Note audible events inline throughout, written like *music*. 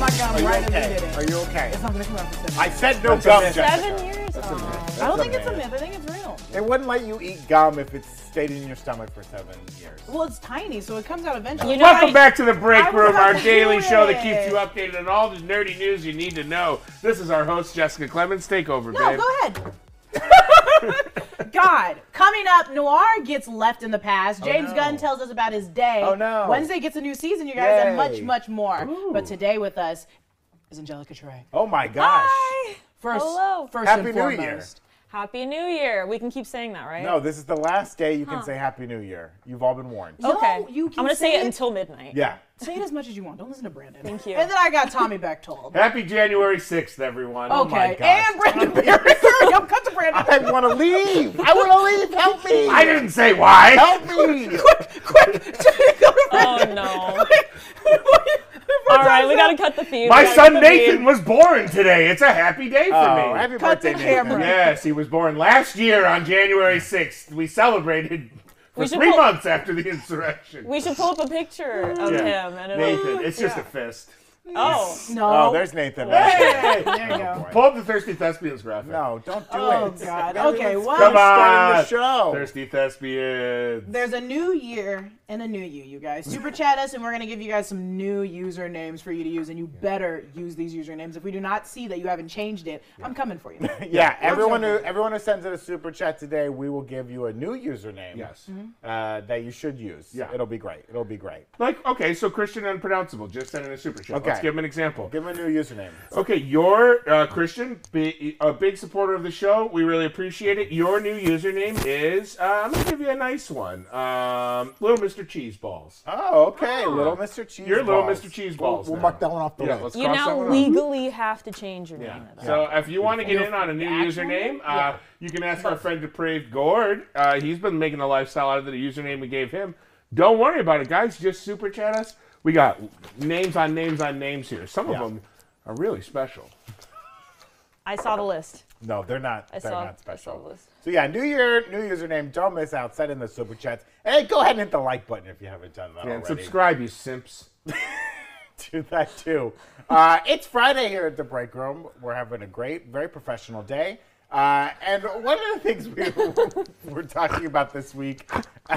and we did okay? it. Are you okay? It's not gonna come out for seven. I said no That's a gum, myth. Jessica. Seven years? Aw. I don't That's think it's a myth. myth. I think it's real. They wouldn't let you eat gum if it stayed in your stomach for seven years. Well, it's tiny, so it comes out eventually. You know Welcome I- back to the break I'm room, our not daily show that doing it. keeps you updated on all the nerdy news you need to know. This is our host Jessica Clemens. Take over, No, babe. go ahead. *laughs* God, coming up, Noir gets left in the Oh, past. James no. Gunn tells us about his day. Oh, no. Wednesday gets a new season, you guys, and much, Yay. much more. But today with us is Angelica Trey. Oh my gosh. First, Hello. first Happy and New Year. foremost. Happy New Year. We can keep saying that, right? No, this is the last day you can say Happy New Year. You've all been warned. Okay. No, you can I'm gonna say, say it it. until midnight. Yeah. *laughs* Say it as much as you want. Don't listen to Brandon. Thank you. And then I got Tommy Bechtold. okay. Happy January 6th, everyone. Oh my gosh. and Brandon Pierce. Sorry, I'm cut to Brandon. *laughs* I want to leave. I want to leave. Help me. I didn't say why. Help *laughs* me. Oh no. All right, we gotta cut the feed. My We gotta son cut the feed. Nathan was born today. It's a happy day for Oh, me. happy Cut the birthday, Nathan. camera. Yes, he was born last year on January 6th. We celebrated for We should three pull- months after the insurrection. We should pull up a picture of Yeah. him. And it'll- Nathan, it's just a fist. Oh. No. Oh, there's Nathan. Hey! there you go. Pull up the Thirsty Thespians graphic. No, don't do Oh, it. God. Everyone's Okay, what? starting Come on. the show. Thirsty Thespians. There's a new year and a new you, you guys. Super chat us, and we're gonna give you guys some new usernames for you to use, and you better use these usernames. If we do not see that you haven't changed it, I'm coming for you. *laughs* Yeah, everyone who everyone who sends in a super chat today, we will give you a new username. Yes. Uh, that you should use. Yeah. It'll be great. It'll be great. Like, okay, so Christian Unpronounceable just sent in a super chat. Okay. Let's give him an example. Give him a new username. Okay, you're uh, Christian, be, a big supporter of the show. We really appreciate it. Your new username is uh, I'm gonna give you a nice one, um, little Mr. Cheeseballs. Oh, okay. Little Mr. Cheese. Ah. You're little Balls. Mr. Cheeseballs. We'll now. mark that one off the Yeah, list. let's You cross that now one off. legally have to change your Yeah. name. at all. So if you want to get in on a new Actual username, name? uh, you can ask our friend Depraved Gord. Uh, he's been making a lifestyle out of the username we gave him. Don't worry about it, guys. Just super chat us. We got names on names on names here. Some Yeah. of them are really special. I saw the list. No, they're not. I they're saw. not I saw the special. list. So yeah, new year, new username. Don't miss out. Send in the super chats. Hey, go ahead and hit the like button if you haven't done that And already. subscribe, you simps. do that too. Uh, it's Friday here at the break room. We're having a great, very professional day. Uh, and one of the things we *laughs* were talking about this week, *laughs*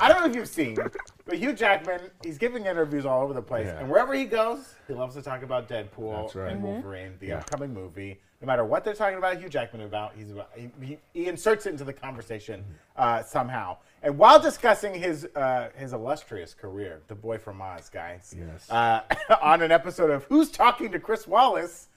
I don't know if you've seen, but Hugh Jackman, he's giving interviews all over the place. Yeah. And wherever he goes, he loves to talk about Deadpool That's right. and Wolverine, the Yeah. upcoming movie. No matter what they're talking about Hugh Jackman about, he's about, he, he, he inserts it into the conversation Mm-hmm. uh, somehow. And while discussing his uh, his illustrious career, the boy from Oz, guys, Yes. uh, *laughs* on an episode of Who's Talking to Chris Wallace,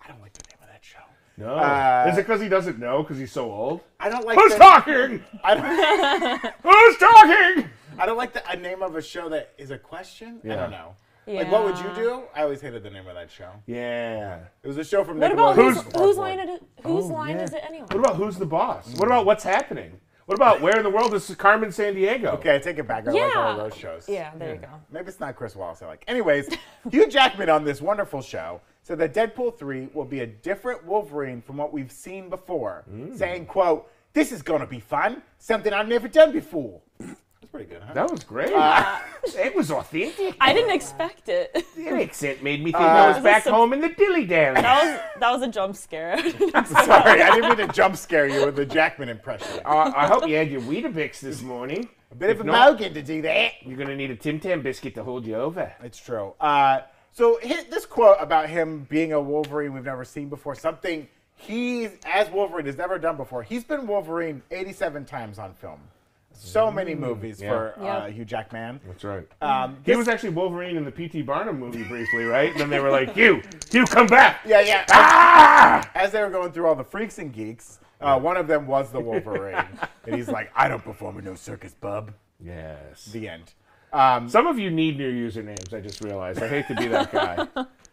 I don't like the name of that show. No. Uh, Is it because he doesn't know because he's so old? I don't like *laughs* Who's the- talking? I don't, Who's talking? I don't like the a name of a show that is a question. I Yeah. don't know. Like, what would you Yeah. do? I always hated the name of that show. Yeah. It was a show from What about Nickelodeon. whose Who's- whose line? It, whose line yeah. is it anyway? What about who's the boss? What about what's happening? What about where in the world is Carmen San Diego? Okay, I take it back. I like all Yeah. those shows. Yeah, there you go. Maybe it's not Chris Wallace I like. Anyways, Hugh Jackman on this wonderful show said that Deadpool 3 will be a different Wolverine from what we've seen before, saying, quote, this is going to be fun, something I've never done before. That's pretty good, huh? That was great. *laughs* it was authentic. I didn't expect it. *laughs* Your accent made me think I was was back some- home in the dilly *laughs* dally. That was that was a jump scare. *laughs* Sorry, I didn't mean *laughs* to jump scare you with the Jackman impression. Uh, I hope you had your Weetabix this morning. A bit of a not, Mogan to do that. You're gonna need a Tim Tam biscuit to hold you over. It's true. Uh, so hi this quote about him being a Wolverine we've never seen before, something he, as Wolverine, has never done before. He's been Wolverine 87 times on film. So many movies yeah. for Yeah. Uh, Hugh Jackman. That's right. Um, he was actually Wolverine in the P.T. Barnum movie briefly, right? And then they were like, "You, you come back." yeah, yeah. Ah! *laughs* As they were going through all the freaks and geeks, uh, one of them was the Wolverine. and he's like, I don't perform in no circus, bub. Yes. The end. Um, Some of you need new usernames. I just realized. I hate to be that guy.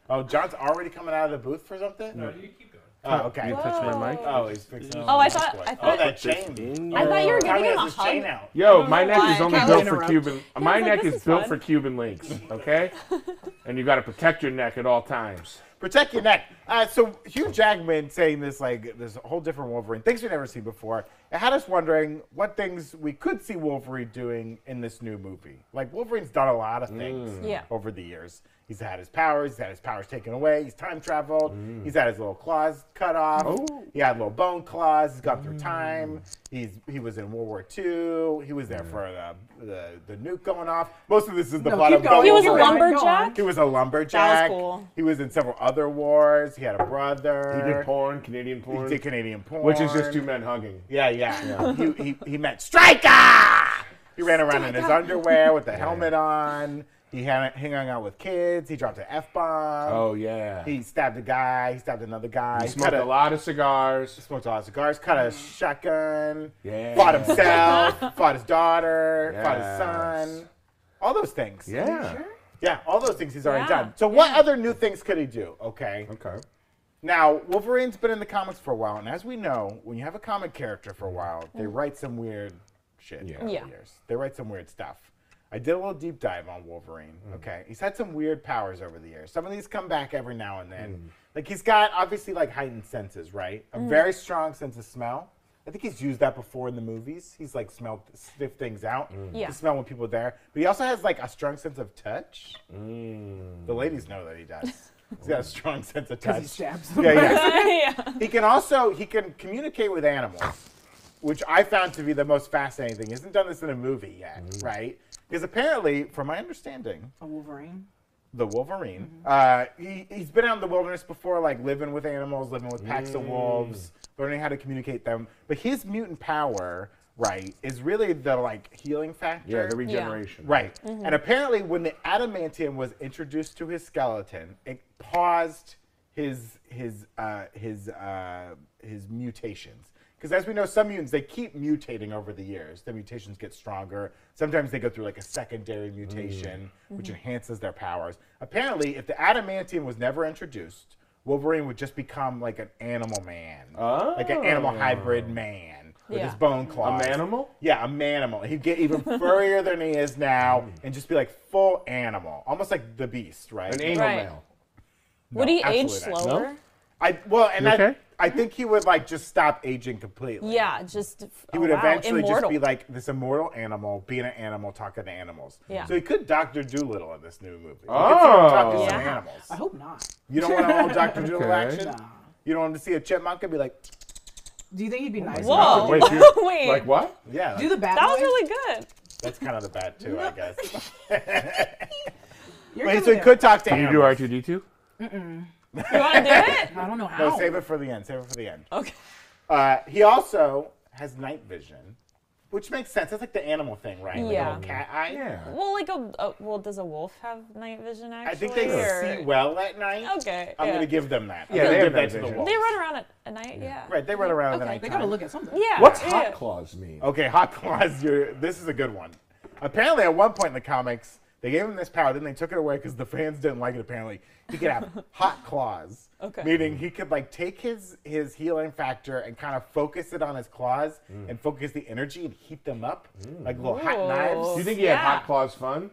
oh, John's already coming out of the booth for something? No, you keep going. Oh, okay. you touch my mic. Oh, he's fixing Oh, I thought- I Oh, thought- that chain. I thought you were Tommy giving has him a his chain hug. out. Yo, my know neck why. is only Can't built for interrupt. Cuban. my like, neck this is is built fun. for Cuban links. Okay, and you got to protect your neck at all times. Protect your neck. Uh, so Hugh Jackman saying this like this whole different Wolverine, things we never seen before. It had us wondering what things we could see Wolverine doing in this new movie. Like Wolverine's done a lot of things Mm. Yeah. over the years. He's had his powers. He's had his powers taken away. He's time traveled. He's had his little claws cut off. He had little bone claws. He's gone through time. He's he was in World War II. He was there for the, the the nuke going off. Most of this is the No, plot keep of going. He was a Wolverine. lumberjack. he was a lumberjack. cool. He was in several other wars. He had a brother. He did porn, Canadian He porn, did Canadian porn. which is just two men hugging. Yeah, yeah. he, he, he met Striker! He ran around in his underwear with the helmet on. He hang- hung out with kids. He dropped an F bomb. Oh yeah. He, He stabbed a guy. He stabbed another guy. He smoked cut a lot of cigars. Smoked a lot of cigars. Cut a shotgun. Yeah. Fought himself. *laughs* fought his daughter. Yes. Fought his son. All those things. Yeah. Yeah, all those things he's already Yeah. done. So what other new things could he do? Okay. Okay. Now, Wolverine's been in the comics for a while, and as we know, when you have a comic character for a while, they write some weird shit Yeah. over the Mm. Yeah. years. They write some weird stuff. I did a little deep dive on Wolverine. Okay. He's had some weird powers over the years. Some of these come back every now and then. Like he's got obviously like heightened senses, right? A Mm. very strong sense of smell. I think he's used that before in the movies. He's like smelled sniff things out. Yeah. He smell when people are there. But he also has like a strong sense of touch. The ladies know that he does. He's got a strong *laughs* sense of touch. he stabs Yeah, yeah. *laughs* *laughs* yeah. He can also he can communicate with animals, which I found to be the most fascinating thing. He hasn't done this in a movie yet, Mm. right? Because apparently, from my understanding, A Wolverine. the Wolverine, Mm-hmm. uh, he he's been out in the wilderness before, like living with animals, living with packs of wolves, Mm. learning how to communicate them. But his mutant power, right, is really the like healing factor. Yeah, the regeneration. Right. And apparently, when the adamantium was introduced to his skeleton, it paused his his uh, his uh, his mutations. Because as we know, some mutants they keep mutating over the years. The mutations get stronger. Sometimes they go through like a secondary mutation, which enhances their powers. Apparently, if the adamantium was never introduced, Wolverine would just become like an animal man, like an animal hybrid man with his Yeah. bone claws. manimal? Yeah, a manimal. He'd get *laughs* even furrier than he is now and just be like full animal, almost like the beast, right? An anal Right. male. Would he age absolutely not. slower? I well, and You I, okay? I think he would like just stop aging completely. Yeah, just He oh, would wow, eventually just immortal. be like this immortal animal, being an animal, talking to animals. Yeah. So he could Doctor Doolittle in this new movie. He could sort of talk to Oh. some Yeah. animals. I hope not. You don't want to old Doctor Doolittle Okay. action. You don't want to see a chipmunk and be like, Do you think he'd be nice? Whoa. enough Wait, *laughs* to- you- Wait. Like what? yeah, Do the bad that was boys? really good. that's kind of the bad too, I guess. *laughs* You're Wait, good so he there. could talk to You animals. do R2D2? You want to do *laughs* it? I don't know how. No, save it for the end. Save it for the end. Okay. Uh, he also has night vision, which makes sense. That's like the animal thing, right? Like Yeah. a little cat eye. Well, like a, a well, does a wolf have night vision actually? I think they or- see well at night. Okay, I'm yeah. gonna give them that. Yeah, I'm they gonna have give that night to the vision. wolf. They run around at, at night. Yeah. right, they run around in the Okay. night. They gotta look at something. Yeah. What's yeah. hot claws mean? Okay, *laughs* hot claws. You're, this is a good one. Apparently, at one point in the comics, they gave him this power, then they took it away because the fans didn't like it. Apparently, he could *laughs* have hot claws, Okay. meaning he could like take his his healing factor and kind of focus it on his claws Mm. and focus the energy and heat them up like little hot Ooh. Do knives. you think Mm. he had Yeah. hot claws fun?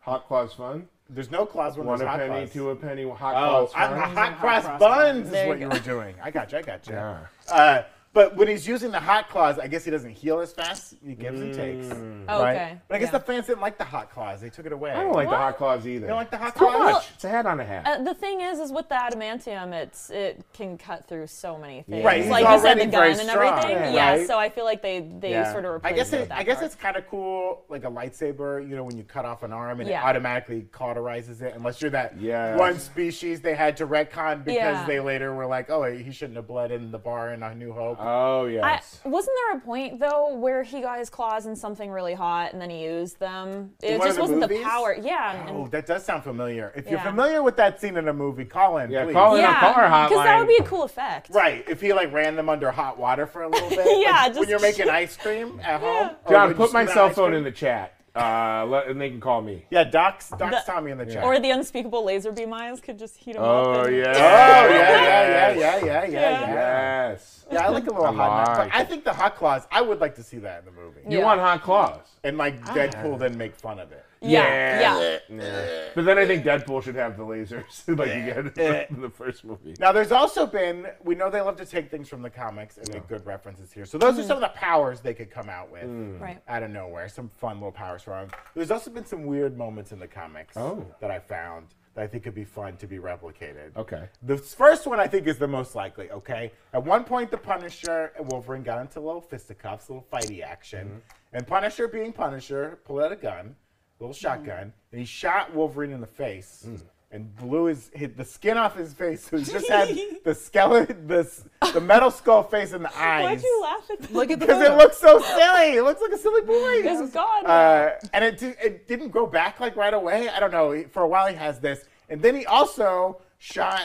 Hot claws fun? There's no claws when One there's a hot penny, claws. two a penny, hot Oh, claws hot, fun. hot cross cross buns is There what you you go. were doing. I got you. I got you. Yeah. Uh, but when he's using the hot claws, I guess he doesn't heal as fast. He gives and takes. Oh, right? okay. But I guess Yeah. the fans didn't like the hot claws. They took it away. Mm. I don't like the What? hot claws either. You don't like the hot Too claws? much. It's a hat on a hat. Uh, the thing is, is with the adamantium, it's it can cut through so many things. Right, he's Like you said, already the very gun and strong, everything. yeah. Yeah. right? So I feel like they they sort of I replaced guess it. it, with that I guess part. it's kind of cool, like a lightsaber. You know, when you cut off an arm and Yeah. it automatically cauterizes it, unless you're that Yes. one species they had to retcon because Yeah. they later were like, "Oh, he shouldn't have bled in the bar in A New Hope." oh, I, yes. wasn't there a point though where he got his claws in something really hot and then he used them? one It of just the wasn't movies? the power. Yeah. and- oh, that does sound familiar. If you're Yeah. familiar with that scene in a movie, call in, Yeah, please. call Oh, in. yeah. our car Because that hotline. would be a cool effect. Right. If he like ran them under hot water for a *laughs* little bit. Yeah, like, when just- you're *laughs* making ice cream at home. or when John, Oh, you put my scoop out cell ice phone cream. in the chat. Uh, let, and they can call me. Yeah, Doc's Doc's Tommy in the chat. Or the unspeakable laser beam eyes could just heat him up. Oh, and- yeah. Oh *laughs* yeah, yeah, yeah, yeah, yeah, yeah, yeah. Yeah. yeah. Yes. I like a little I hot. knife, like But I it. think the hot claws. I would like to see that in the movie. Yeah. Ah. You want hot claws. And like Deadpool then make fun of it. Yeah, yeah. But then I think Deadpool should have the lasers, *laughs* like you get in the first movie. Now, there's also been, we know they love to take things from the comics and make good references here. So, those Mm. are some of the powers they could come out with Mm. Right. out of nowhere. Some fun little powers for them. There's also been some weird moments in the comics Oh. that I found that I think could be fun to be replicated. Okay. The first one I think is the most likely, okay? At one point, the Punisher and Wolverine got into little fisticuffs, little fighty action. And Punisher, being Punisher, pulled out a gun, little shotgun, and he shot Wolverine in the face. And blew his, hit the skin off his face, *laughs* so he just had the skeleton, the, s- the metal skull face, and the eyes. Why'd you laugh at that? *laughs* Look at the Because it photo. looks so silly. It looks like a silly boy. It's gone. Uh, and it, di- it didn't grow back like right away. I don't know. He- For a while, he has this, and then he also shot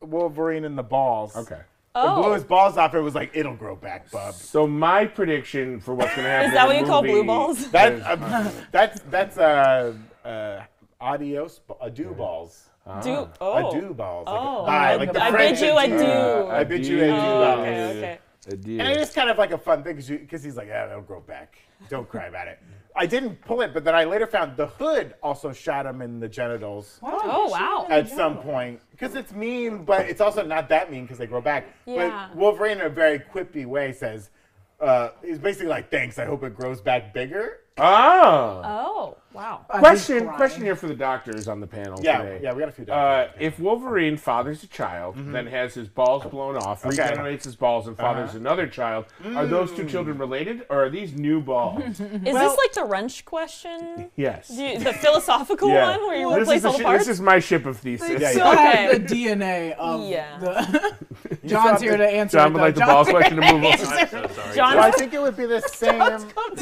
Wolverine in the balls. Okay. And blew Oh. his balls off. It was like it'll grow back, bub. So my prediction for what's gonna happen *laughs* Is that in what the you call movie- blue balls? That uh, *laughs* that's that's uh, uh, adios ado balls. do Ah, oh. Ado balls. Like, Oh. bye, like the I French bid you and- adieu. Uh, I bid you adieu. Oh, balls. okay, okay. Adieu. And it is kind of like a fun thing because he's like, yeah, it'll grow back. Don't cry about it. I didn't pull it, but then I later found the hood also shot him in the genitals. Oh wow. at some point because it's mean, but it's also not that mean because they grow back. Yeah. But Wolverine, in a very quippy way, says, uh, "He's basically like, thanks. I hope it grows back bigger." oh. Oh wow. I just question cried. question here for the doctors on the panel Yeah, today. yeah, we Mm-hmm. got a few Uh, doctors. if Wolverine fathers a child, then has his balls Oh, blown off, regenerates his balls, Uh-huh. and fathers another child, are those Mm. two children related, or are these new balls? Is this like the wrench *laughs* question? yes. Do you, the philosophical Yeah. one where you this replace is the all the shi- parts? This is my ship of thesis. They yeah. still Okay. have the DNA *laughs* of Yeah. the. John's here to answer. John it, would though. like the John's *laughs* balls here question to to move on. answer I'm it. so sorry. John- So I think it would be the same *laughs*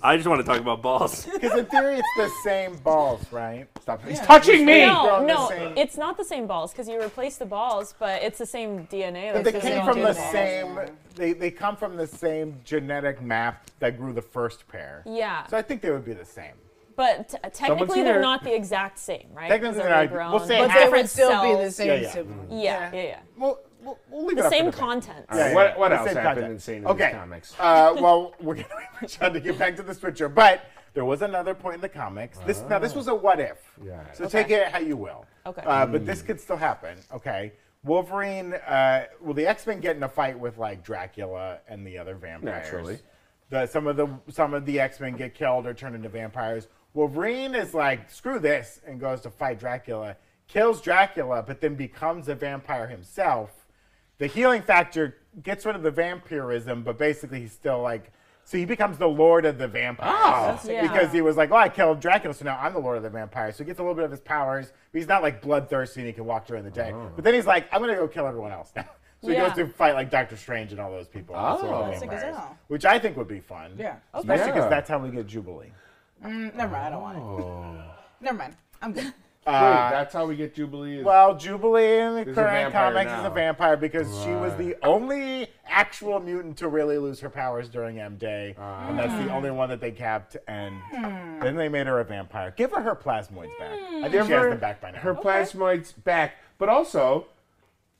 I just want to talk about balls. because in theory it's the same balls, right? Stop. *laughs* He's touching me. no, from the no, same- it's not the same balls because you replace the balls, but it's the same DNA. But that's they just came going from to the balls. same. They they come from the same genetic map that grew the first pair. Yeah, So I think they would be the same. but t- technically they're here. not the exact same, right? 'Cause Technically they're they're not- regrown. we'll say But But half- they they were would still be the cells. same Yeah, yeah. sibling. Yeah, yeah, yeah. Well, we'll, we'll leave it The up to same debate. content. right. What- what else happened insane in these okay. comics? Uh, well, *laughs* we're going to try to get back to the switcher, but there was another point in the comics. This now this was a what if. Yeah. Hmm. So take it how you will. Okay. Uh, But this could still happen. Okay. Wolverine. Uh, well, the X Men get in a fight with like Dracula and the other vampires. Naturally. The, some of the some of the X Men get killed or turn into vampires. Wolverine is like screw this and goes to fight Dracula. Kills Dracula, but then becomes a vampire himself the healing factor gets rid of the vampirism, but basically he's still like, so he becomes the lord of the vampires Oh. Yeah. because he was like, oh, I killed Dracula, so now I'm the lord of the vampires. So he gets a little bit of his powers, but he's not like bloodthirsty and he can walk during the day. Oh. But then he's like, I'm gonna go kill everyone else now. *laughs* So Yeah. he goes to fight like Doctor Strange and all those people, all those little Oh. That's a good vampires, show. which I think would be fun. Yeah. Okay. especially because Yeah. that's how we get Jubilee. Never mind. I don't want it. Never mind. I'm *laughs* good. Wait, that's how we get Jubilee. is- Well, Jubilee in the a current vampire comics is a now. vampire because she was Right. the only actual mutant to really lose her powers during M Day, and that's the only one that they kept. And Hmm. then they made her a vampire. Give her her plasmoids back. I think Give she has her- them back by now. her plasmoids back. But also,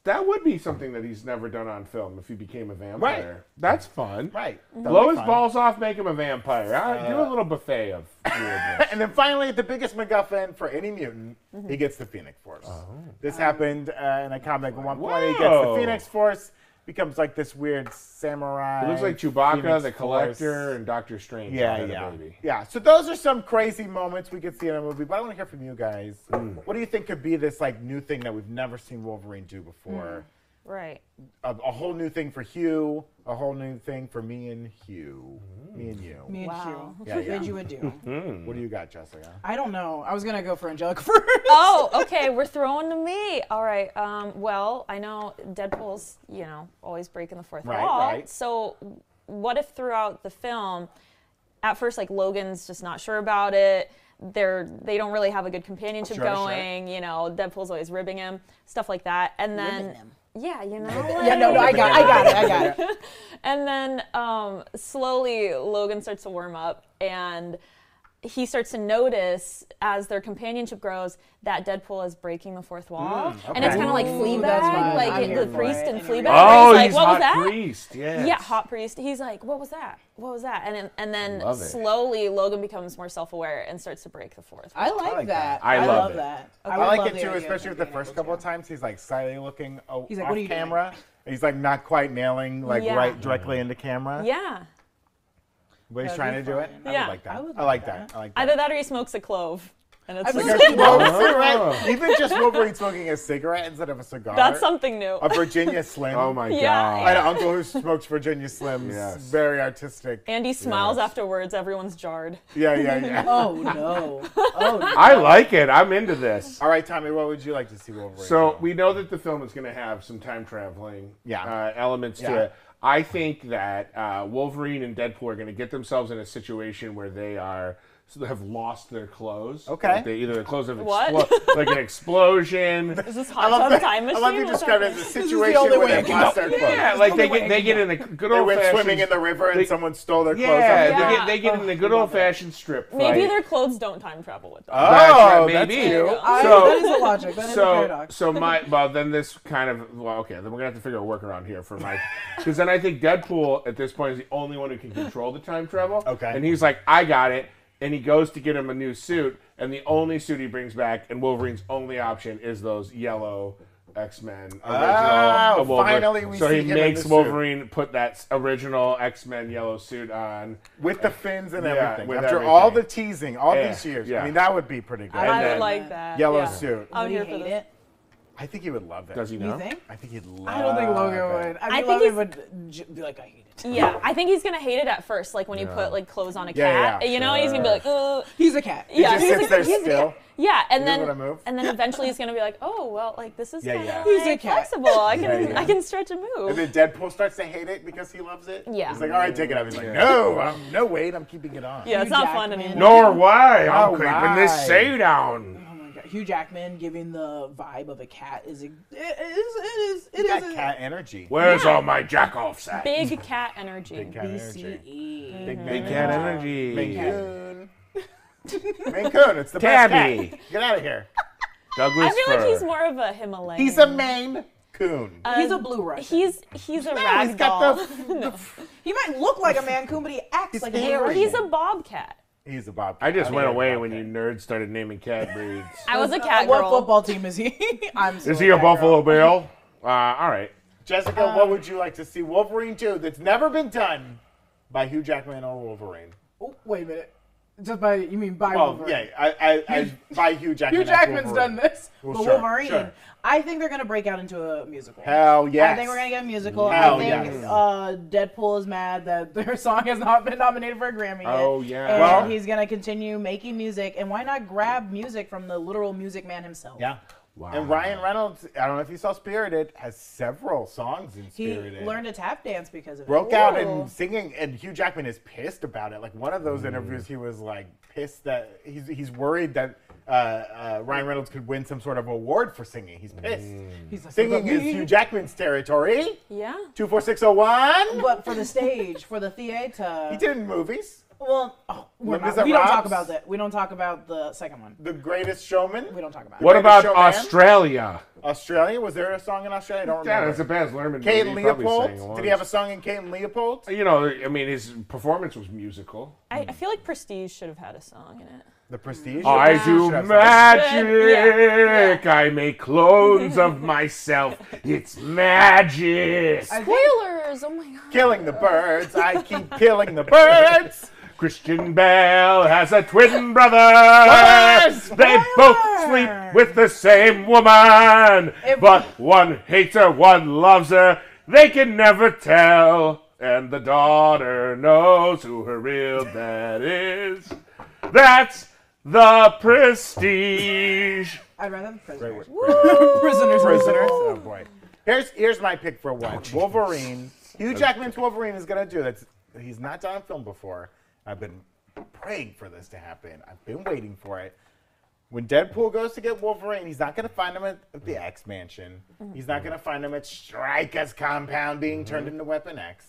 that would be something that he's never done on film if he became a vampire. Right. That's fun. right. Blow his fun. Uh, balls off, make him a vampire. Huh? Do a little *laughs* buffet of weirdness. And then finally, the biggest MacGuffin for any mutant, Mm-hmm. he gets the Phoenix Force. Oh. This Oh. happened uh, in a comic at one point. He gets the Whoa. Phoenix Force, becomes like this weird samurai. It looks like Chewbacca, Phoenix the Force. collector, and Doctor Strange. Yeah, had a yeah, baby. yeah. So those are some crazy moments we could see in a movie. But I want to hear from you guys. Hmm. What do you think could be this like new thing that we've never seen Wolverine do before? Right. Hmm. A, a whole new thing for Hugh. A whole new thing for me and Hugh. Hmm. Me and you. Me and Wow. you. Yeah, yeah. What you would do? What do you got, Jessica? I don't know. I was gonna go for Angelica *laughs* first. Oh, okay. We're throwing to me. All right. Um, well, I know Deadpool's, you know, always breaking the fourth Right, wall. right. So, what if throughout the film, at first, like Logan's just not sure about it. They're they don't really have a good companionship Sure, sure. going. You know, Deadpool's always ribbing him, stuff like that. And then, Ribbing him. yeah, *laughs* you know, yeah. No. No. I got. I got it. I got it. and then um, slowly Logan starts to warm up, and he starts to notice as their companionship grows that Deadpool is breaking the fourth wall, and it's okay. kind of like Ooh, that's Fleabag, fun. I'm like here it, the for priest it. in Fleabag. Oh, where he's he's like, what was hot that? priest. Yeah. Yeah, hot priest. He's like, what was that? What was that? And then- and then Love it. slowly Logan becomes more self-aware and starts to break the fourth. wall. I like, like that. that. I love it. that. I would like love it the too, idea of especially him with the being first able to. couple of times. He's like slyly looking o- He's like, off "What are you doing?" camera. He's like not quite nailing like Yeah. right Hmm. directly into camera. yeah. But he's That'd trying to be do it. I fun. Yeah. would like that. I, I like would like that. I like that. Either that or he smokes a clove, and it's I just, feel *laughs* *laughs* like- Well, Oh. cigarette- Even just Wolverine smoking a cigarette instead of a cigar. *laughs* that's something new. A Virginia Slim. Oh my Yeah. I had *laughs* god. an uncle who smokes Virginia Slims. Yes. Very artistic. And he smiles afterwards. Everyone's jarred. yeah, yeah, yeah. Oh no! Oh, no. I like it. I'm into this. All right, Tommy, what would you like to see Wolverine? So do? we know that the film is going to have some time traveling Yeah. uh, elements Yeah. to it. I think that uh, Wolverine and Deadpool are going to get themselves in a situation where they are have lost their clothes. Okay. Like they, either their clothes have What? exploded, like an *laughs* explosion. Is this I hot love tub that. time machine? I love you What's described it happening? as a is the situation only where way I they can lost go. their clothes. Yeah, like they get they get in a good They old went fashioned swimming in the river and they- someone stole their clothes. Yeah, off them. They, get, they get in the good old fashioned strip. Maybe fight. their clothes don't time travel with them. Oh, That's right, that's maybe. cute. I- So- that is a logic. That is a so, paradox. *laughs* so my well, then this kind of well, okay. Then we're gonna have to figure a workaround here for my, because then I think Deadpool at this point is the only one who can control the time travel. Okay. and he's like, I got it, and he goes to get him a new suit, and the only suit he brings back, and Wolverine's only option is those yellow. X Men original. uh, Oh, Wolverine. finally we so see he him in makes the suit. Wolverine put that s- original X Men yellow suit on. With the fins and Yeah, everything. with After all the everything. teasing, all Yeah, these years. yeah. I mean, that would be pretty good. I I then- would like that. Yellow yeah. suit. I'm Would he here for hate this. it? I think he would love it. Does he You know? think? I think he'd love I don't think Logan it. would. I, I think think Logan would j- be like, I hate it. Yeah, I think he's gonna hate it at first, like when you put like clothes on a Yeah, yeah, cat, you know, and he's gonna be sure. like, Ugh. He's a cat. yeah, just he's sits like- there he's- still. Yeah, and You know what I then move? and then eventually he's gonna be like, oh well, like this is Yeah, kind yeah. of He's a like, cat. flexible. I *laughs* can yeah. I can stretch and And move. then Deadpool starts to hate it because he loves it. Yeah. He's like, all right, take it off. He's like, no, um, no, wait, I'm keeping it on. Yeah, it's Hugh not fun Jackman. anymore. Nor why I'm Oh, keeping this right. say down. Oh my god. Hugh Jackman giving the vibe of a cat is a, it is it is it He's is got cat energy. Where's Yeah. all my jack offs at? Big cat energy. Big cat a energy. BCE. Big, Big man cat energy. energy. Mancoon. *laughs* Mancoon, it's the Tabby. best cat. Get out of here. Douglas I feel like fir. he's more of a Himalayan. He's a Um, Maine Coon. He's a blue Russian. He's he's a No, he's got ragdoll. *laughs* the. he might look like a Mancoon, but he acts He's like a blue hairy. Russian. He's a bobcat. He's a bobcat. I just I'm went a away bobcat. when you nerds started naming *laughs* cat breeds. I was a cat what girl. football team is he? *laughs* I'm so Is he a cat girl. Buffalo Bill? Uh, all right. Jessica, Um, what would you like to see Wolverine do that's never been done by Hugh Jackman or Wolverine? Oh, wait a minute. Just by you mean by Well, Wolverine? yeah, I, I, I, by Hugh Jackman. Hugh as Jackman's Wolverine. done this, Well, but sure, Wolverine. sure. I think they're gonna break out into a musical. Hell yes. I think we're gonna get a musical. Hell I think yes. uh, Deadpool is mad that *laughs* their song has not been nominated for a Grammy yet. Oh, yeah. And Well- he's gonna continue making music, and why not grab music from the literal music man himself? Yeah. Wow. And Ryan Reynolds, I don't know if you saw Spirited, has several songs in He Spirited. learned to tap dance because of broke it. out Ooh. and singing, and Hugh Jackman is pissed about it. Like one of Mm. those interviews, he was like pissed that he's he's worried that uh, uh, Ryan Reynolds could win some sort of award for singing. He's pissed. Mm. He's like, Singing "Look at is me." Hugh Jackman's territory. Yeah. Two four six zero one. *laughs* But for the stage, for the theater, He did in movies. well, oh, we're When not, Mr. we don't talk Robs- about that. We don't talk about the second one. The Greatest Showman. We don't talk about What it. about Showman? Australia? Australia. Was there a song in Australia? I don't Yeah, remember. that's the best Lerman Kate movie. He probably sang Leopold. once. Did he have a song in Kate and Leopold? You know, I mean, his performance was musical. I, Hmm. I feel like Prestige should have had a song in it. The Prestige. I do Should have something. magic. I make clones *laughs* of myself. It's magic. Spoilers! Oh my god. Killing the birds. I keep killing the *laughs* birds. *laughs* Christian Bale has a twin brother. Spoilers! They both sleep with the same woman, If- but one hates her, one loves her. They can never tell, and the daughter knows who her real dad is. That's the prestige. I'd rather have prisoners. Prisoners. Prisoners. Oh boy. Here's here's my pick for Oh, one. Wolverine. Hugh Jackman's Wolverine is gonna do that's he's not done a film before. I've been praying for this to happen. I've been waiting for it. When Deadpool goes to get Wolverine, he's not gonna find him at the Mm-hmm. X Mansion. He's not gonna find him at Mm-hmm. Stryker's compound being turned into Weapon X.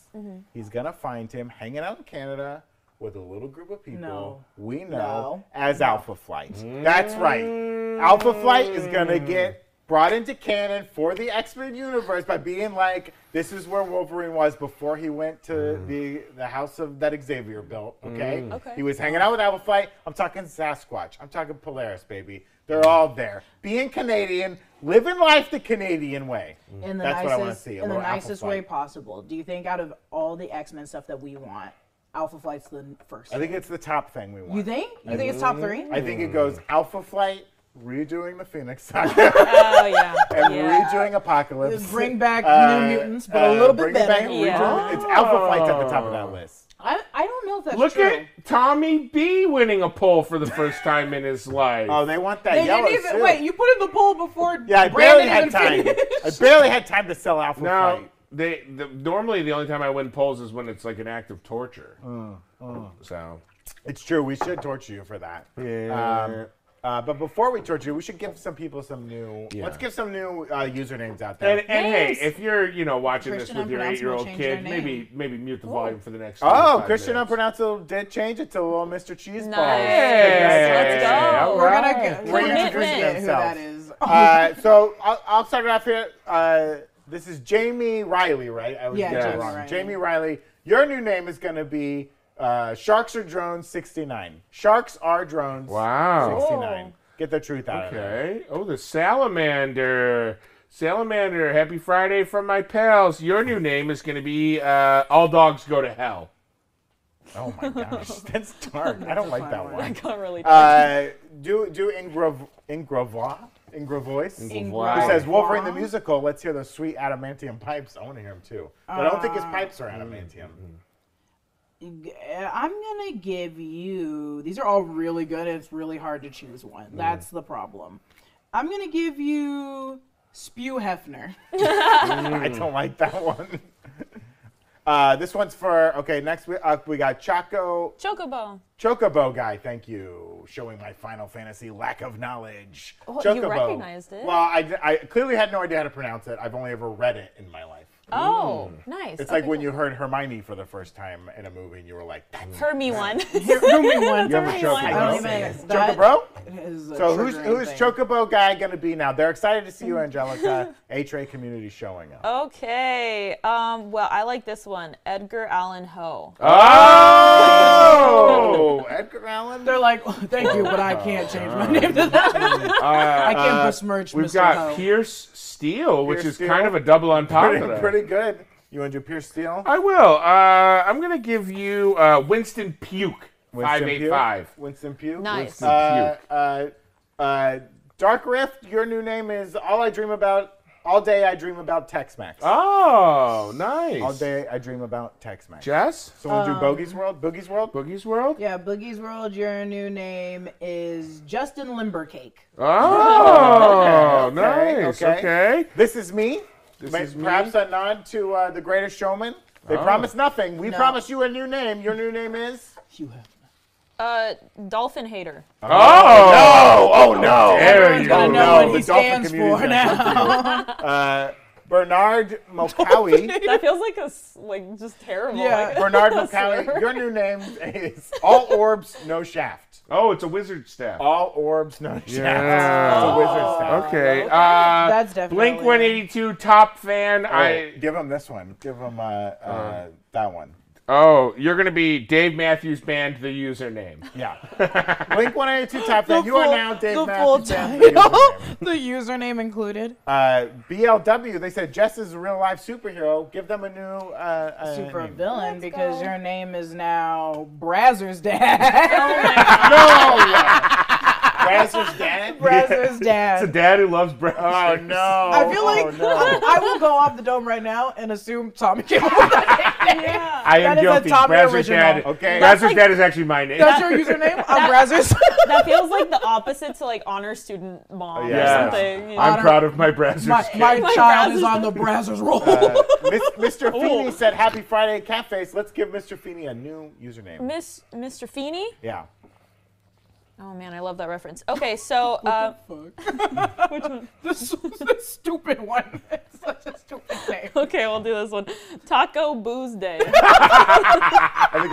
He's gonna find him hanging out in Canada with a little group of people No. we know No. as Alpha Flight. That's right. Alpha Flight is gonna Mm. get brought into canon for the X-Men universe by being like, this is where Wolverine was before he went to Mm. the the house of that Xavier built. Okay? Okay. He was hanging out with Alpha Flight. I'm talking Sasquatch. I'm talking Polaris, baby. They're all there. Being Canadian, living life the Canadian way. in the That's what I nicest, wanna see, a in the little Alpha nicest way Flight. possible. Do you think out of all the X Men stuff that we want, Alpha Flight's the first? I think it's the top thing we want. you think? You think it's top three? I think it goes Alpha Flight, redoing the Phoenix Saga, Oh yeah. *laughs* and *laughs* yeah. redoing Apocalypse. Bring back Uh, New Mutants, but a uh, little bit bring it back, better. redoing- Yeah. It's Alpha Flight's at the top of that list. I, I don't know if that's Look true. at Tommy B winning a poll for the first time in his life. Oh, they want that they yellow didn't even suit. wait. You put in the poll before. yeah, I Brandon barely had even time. finished. I barely had time to sell Alpha now Flight. they the, normally the only time I win polls is when it's like an act of torture. So It's true. We should torture you for that. Yeah. Um, uh, but before we torture you, we should give some people some new. Let's give some new uh, usernames out there. and, and hey, Names. if you're you know watching Christian this with your Unpronounceable eight year old changed their kid, name. maybe maybe mute the volume for the next. oh, 25 Christian minutes. Unpronounceable did change it to Little Mr. Cheeseball. Nice. Let's go. all We're gonna right. We're go- we're gonna gonna introduce forget who themselves. that is. uh, so I'll, I'll start it off here. Uh, this is Jamie Riley, right? I was Yeah, getting it Jamie wrong. Riley. Jamie Riley. Your new name is going to be uh, Sharks or Drones 69. Sharks are drones. Wow. 69. Get the truth out of it. Okay. Oh, the salamander. Salamander, happy Friday from my pals. Your new name is going to be uh, All Dogs Go to Hell. Oh *laughs* my gosh, that's dark. I don't like that one. Got really. Uh, do do Ingra Ingravois Ingra voice. Wow. Who says Wolverine the musical? Let's hear those sweet adamantium pipes. I want to hear them too, but I don't think his Uh, pipes are adamantium. I'm gonna give you. These are all really good. and It's really hard to choose one. That's the problem. I'm gonna give you Spew Hefner. *laughs* I don't like that one. *laughs* Uh, this one's for okay. Next we, up, we got Choco Chocobo. Hmm. Chocobo guy. Thank you, showing my Final Fantasy lack of knowledge. Oh, you Chocobo. recognized it? Well, I, I clearly had no idea how to pronounce it. I've only ever read it in my life. Oh, nice. It's like when you heard Hermione for the first time in a movie, and you were like, "That's heard me *laughs* one. *laughs* Here, give me one. You have a Very chocobo. nice. I Chocobo? don't even. that Chocobro." is a So who's triggering who's thing. Chocobo guy gonna be now? They're excited to see you, Angelica. *laughs* A-Tray community showing Oh. up. Okay. Um, well, I like this one. Edgar Allan Poe. *laughs* Oh, Edgar Allan. They're like, *laughs* thank you, but I can't change my name to that. uh, I can't besmirch We've Mr. got Ho. Pierce Steele, which Pierce is Steele. kind of a double pretty, entendre. pretty good. You want to do Pierce Steele? I will. Uh, I'm going to give you uh, Winston Puke, Winston Pugh? 585. Winston Pugh. Nice. Winston Uh, Puke. uh, uh, Dark Rift. Your new name is All I Dream About. All day I dream about Tex-Mex. Oh, nice. All day I dream about Tex-Mex. Jess? So we'll do Bogey's World. Boogie's World. Boogie's World? Yeah, Boogie's World. Your new name is Justin Limbercake. Oh, okay, nice. okay. okay. This is me. This Ma- is me. Oh. Perhaps a nod to uh, the Greatest Showman. They promise nothing. We No. promise you a new name. Your new name is. Hugh Hefner. Uh, *laughs* dolphin hater. *laughs* Oh, Oh, oh no! Dare you. Gonna Oh, know no, what he stands for now. Uh, *laughs* Bernard Mulcahy. That feels like a s- like just terrible. Yeah. *laughs* Like, Bernard Mulcahy. Sir. Your new name is All Orbs No Shaft. oh, it's a wizard staff. All Orbs No *laughs* Shaft. Yeah. It's a wizard Oh. staff. Okay. Uh, That's definitely Blink 182 top fan. Oh, I give him this one. Give him uh, uh, that one. oh, you're gonna be Dave Matthews Band, the username. Yeah. *laughs* Blink *gasps* 182 top fan. You are full- now Dave the full Matthews. Band, the *laughs* title, username. the username included. Uh, BLW, they said Jess is a real life superhero. Give them a new. Uh, uh, Super name. villain because go. your name is now Brazzer's dad. *laughs* Brazzers *laughs* Oh Dad? Brazzer's It's a dad. dad who loves bread. Oh, no. I feel Oh, like no. I, I will go off the dome right now and assume Tommy came up with that. name. Yeah. *laughs* I That is a am guilty. Tommy Brazzers original. dad. Okay. Brazzers like- dad is actually my name. That's your username. *laughs* I'm Brazzer's. *laughs* That feels like the opposite to like honor student mom Yeah. or something. you know? I'm proud of my *laughs* Brazzers. my kid. my My child is Brazzers- on the Brazzers roll. Uh, Mis- Mr. Feeney said, Happy Friday, Catface. Let's give Mr. Feeney a new username. Miss Mr. Feeney. yeah. Oh man, I love that reference. *laughs* Okay, so uh, *laughs* Fuck. Which one? This, this stupid one. It's such a stupid name. *laughs* Okay, we'll do this one. Taco Booze *laughs* I Day. think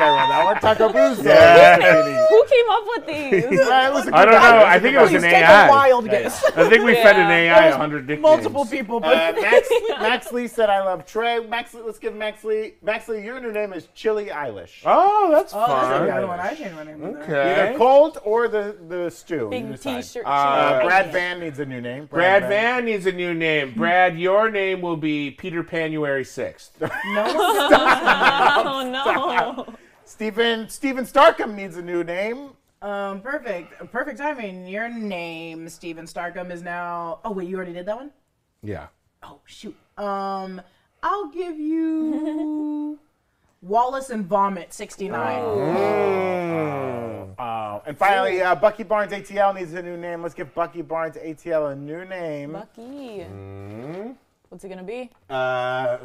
I read that one. Taco Booze. Day. Yeah. Who came up with *laughs* these? All right, listen, I don't keep know. going. Oh, I think it was Please an take a AI. wild guess. *laughs* I think we fed an Yeah. AI a hundred *laughs* nicknames. Multiple people, but *laughs* Uh, Max, Max Lee said, "I love Trey." Max, Lee, let's give Max Lee. Max Lee, your new name is Chili Eilish. Oh, that's oh, that's fun. the other one I changed my name. to. Okay. Either cold or the the stew. you Big decide. T-shirt. Uh, Uh, Brad Van needs a new name. Brad Van needs a new name. Brad, your name will be Peter Panuary Sixth. No, oh no. Stephen Stephen Starkham needs a new name. um, perfect, perfect timing. Your name, Steven Starkham, is now. Oh wait, you already did that one. Yeah. Oh shoot. Um, I'll give you Wallace and Vomit sixty nine. Uh, and finally, uh, Bucky Barnes ATL needs a new name. Let's give Bucky Barnes ATL a new name. Bucky. Mm-hmm. What's it gonna be? Uh,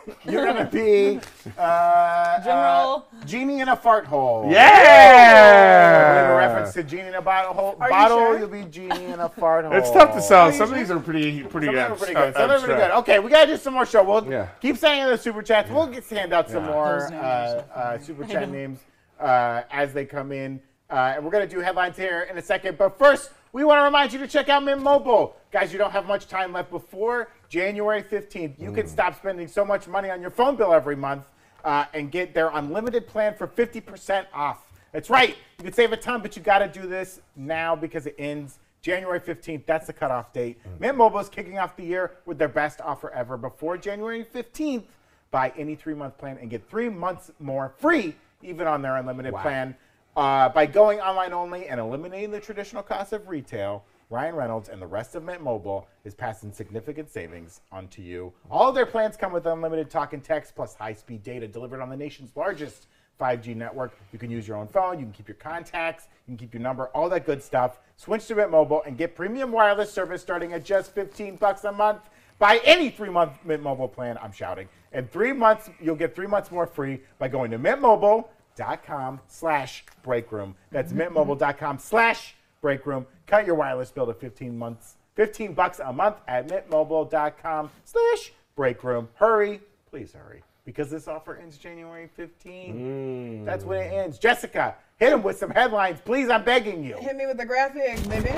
*laughs* you're gonna be uh, General. uh, genie in a fart hole. If you have a Yeah. reference to genie in a bottle. hole- Are you bottle, sure? will be genie in a *laughs* fart hole. It's tough to sell. Some of these are pretty, pretty Some of them are abs- pretty ab- good. Some of them are pretty good. abstract. Okay, we gotta do some more show. We'll Yeah. keep sending in the super chats. We'll get hand out some more uh, Those names are so uh, *laughs* super chat names uh, as they come in, uh, and we're gonna do headlines here in a second. But first, we want to remind you to check out Mint Mobile, guys. You don't have much time left before January 15th. You can stop spending so much money on your phone bill every month uh, and get their unlimited plan for 50% off. That's right. You can save a ton, but you got to do this now because it ends January 15th. That's the cutoff date. Mint Mobile is kicking off the year with their best offer ever. Before January 15th, buy any three month plan and get three months more free, even on their unlimited plan. Uh, by going online only and eliminating the traditional cost of retail, Ryan Reynolds and the rest of Mint Mobile is passing significant savings onto you. All of their plans come with unlimited talk and text plus high speed data delivered on the nation's largest 5G network. You can use your own phone, you can keep your contacts, you can keep your number, all that good stuff. Switch to Mint Mobile and get premium wireless service starting at just 15 bucks a month. Buy any three-month Mint Mobile plan. I'm shouting. And three months, you'll get three months more free by going to mintmobile.com slash breakroom. That's mintmobile.com slash breakroom. Cut your wireless bill to 15 months, 15 bucks a month at mintmobile.com slash breakroom. Hurry, please hurry, because this offer ends January 15th. That's when it ends. Jessica, hit him with some headlines, please. I'm begging you. Hit me with the graphic, baby.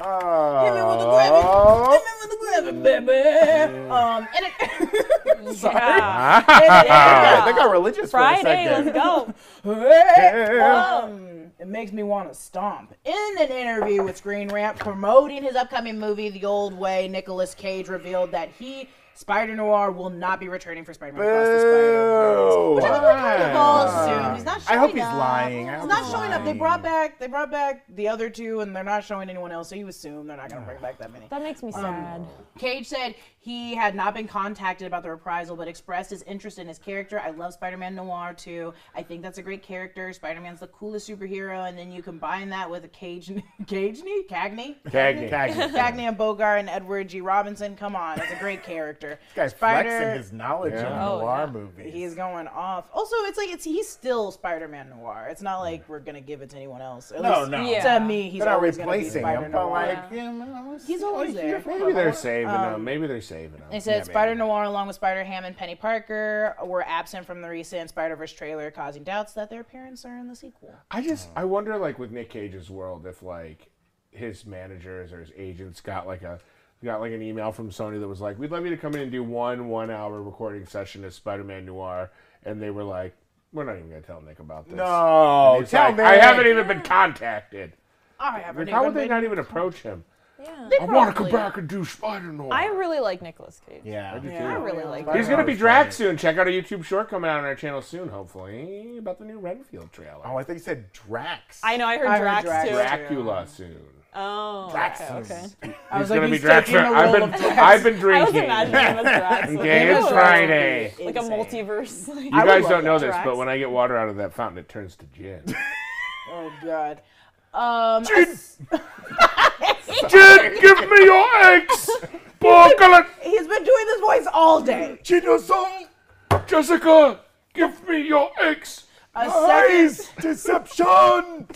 Oh. Hit me with the graphic. Hit me with the graphic, baby. Um, and it. Sorry. Yeah. And it- Yeah, *laughs* they got religious for a Friday, second. let's go. *laughs* Um, it makes me want to stomp. In an interview with Screen Rant promoting his upcoming movie, The Old Way, Nicolas Cage revealed that he, Spider Noir, will not be returning for Spider Man Across the Spider. Boo. All soon. He's not I showing hope he's up. lying. I He's hope not he's showing up. They lying. brought back they brought back the other two, and they're not showing anyone else. So you assume they're not going to bring back that many. That makes me sad. Cage said he had not been contacted about the reprisal, but expressed his interest in his character. I love Spider-Man Noir too. I think that's a great character. Spider-Man's the coolest superhero, and then you combine that with a Cage, *laughs* Cagney, Cagney, Cagney. Cagney. Cagney and Bogart and Edward G. Robinson. Come on, that's a great character. This guy's flexing his knowledge Yeah. of Oh, noir yeah. movies. He's going off. Also, it's like it's he's still Spider-Man Noir. It's not like we're gonna give it to anyone else. At no, least no. Yeah. To me, he's They're not always gonna be replacing him. Spider But Noir. like, you know, He's always there. Maybe they're saving them. Maybe they're saving them. They said maybe. Spider Noir, along with Spider Ham and Penny Parker, were absent from the recent Spider Verse trailer, causing doubts that their appearance are in the sequel. I just I wonder like with Nick Cage's world if like his managers or his agents got like a got like an email from Sony that was like, We'd love you to come in and do one one hour recording session as Spider Man Noir and they were like, We're not even gonna tell Nick about this. No, He's tell like, me. I haven't even been contacted. All right, Aberdeen. Like, how would they not even approach him? Yeah. I wanna come back and do Spider Noir. I really like Nicolas Cage. Yeah. Yeah, I really like He's gonna be Drax soon. Check out our YouTube short coming out on our channel soon, hopefully, about the new Renfield trailer. Oh, I think you said Drax. I know. I heard I heard Drax, Drax. too. Drax. Dracula soon. Oh. Drax. Okay. okay. I He's was like, gonna be he's Drax. taking the I've role been, of Drax. *laughs* I've been I was drinking. imagining him as Drax. Okay, it's Ooh. Friday. You Like a Insane. multiverse. *laughs* Like, would guys love don't know that. this, but Drax. when I get water out of that fountain, it turns to gin. *laughs* Oh God. Um, gin, give me your *laughs* eggs. Buckle it, he's been doing this voice all day. Jin Jessica, give me your eggs. A Lies! Deception!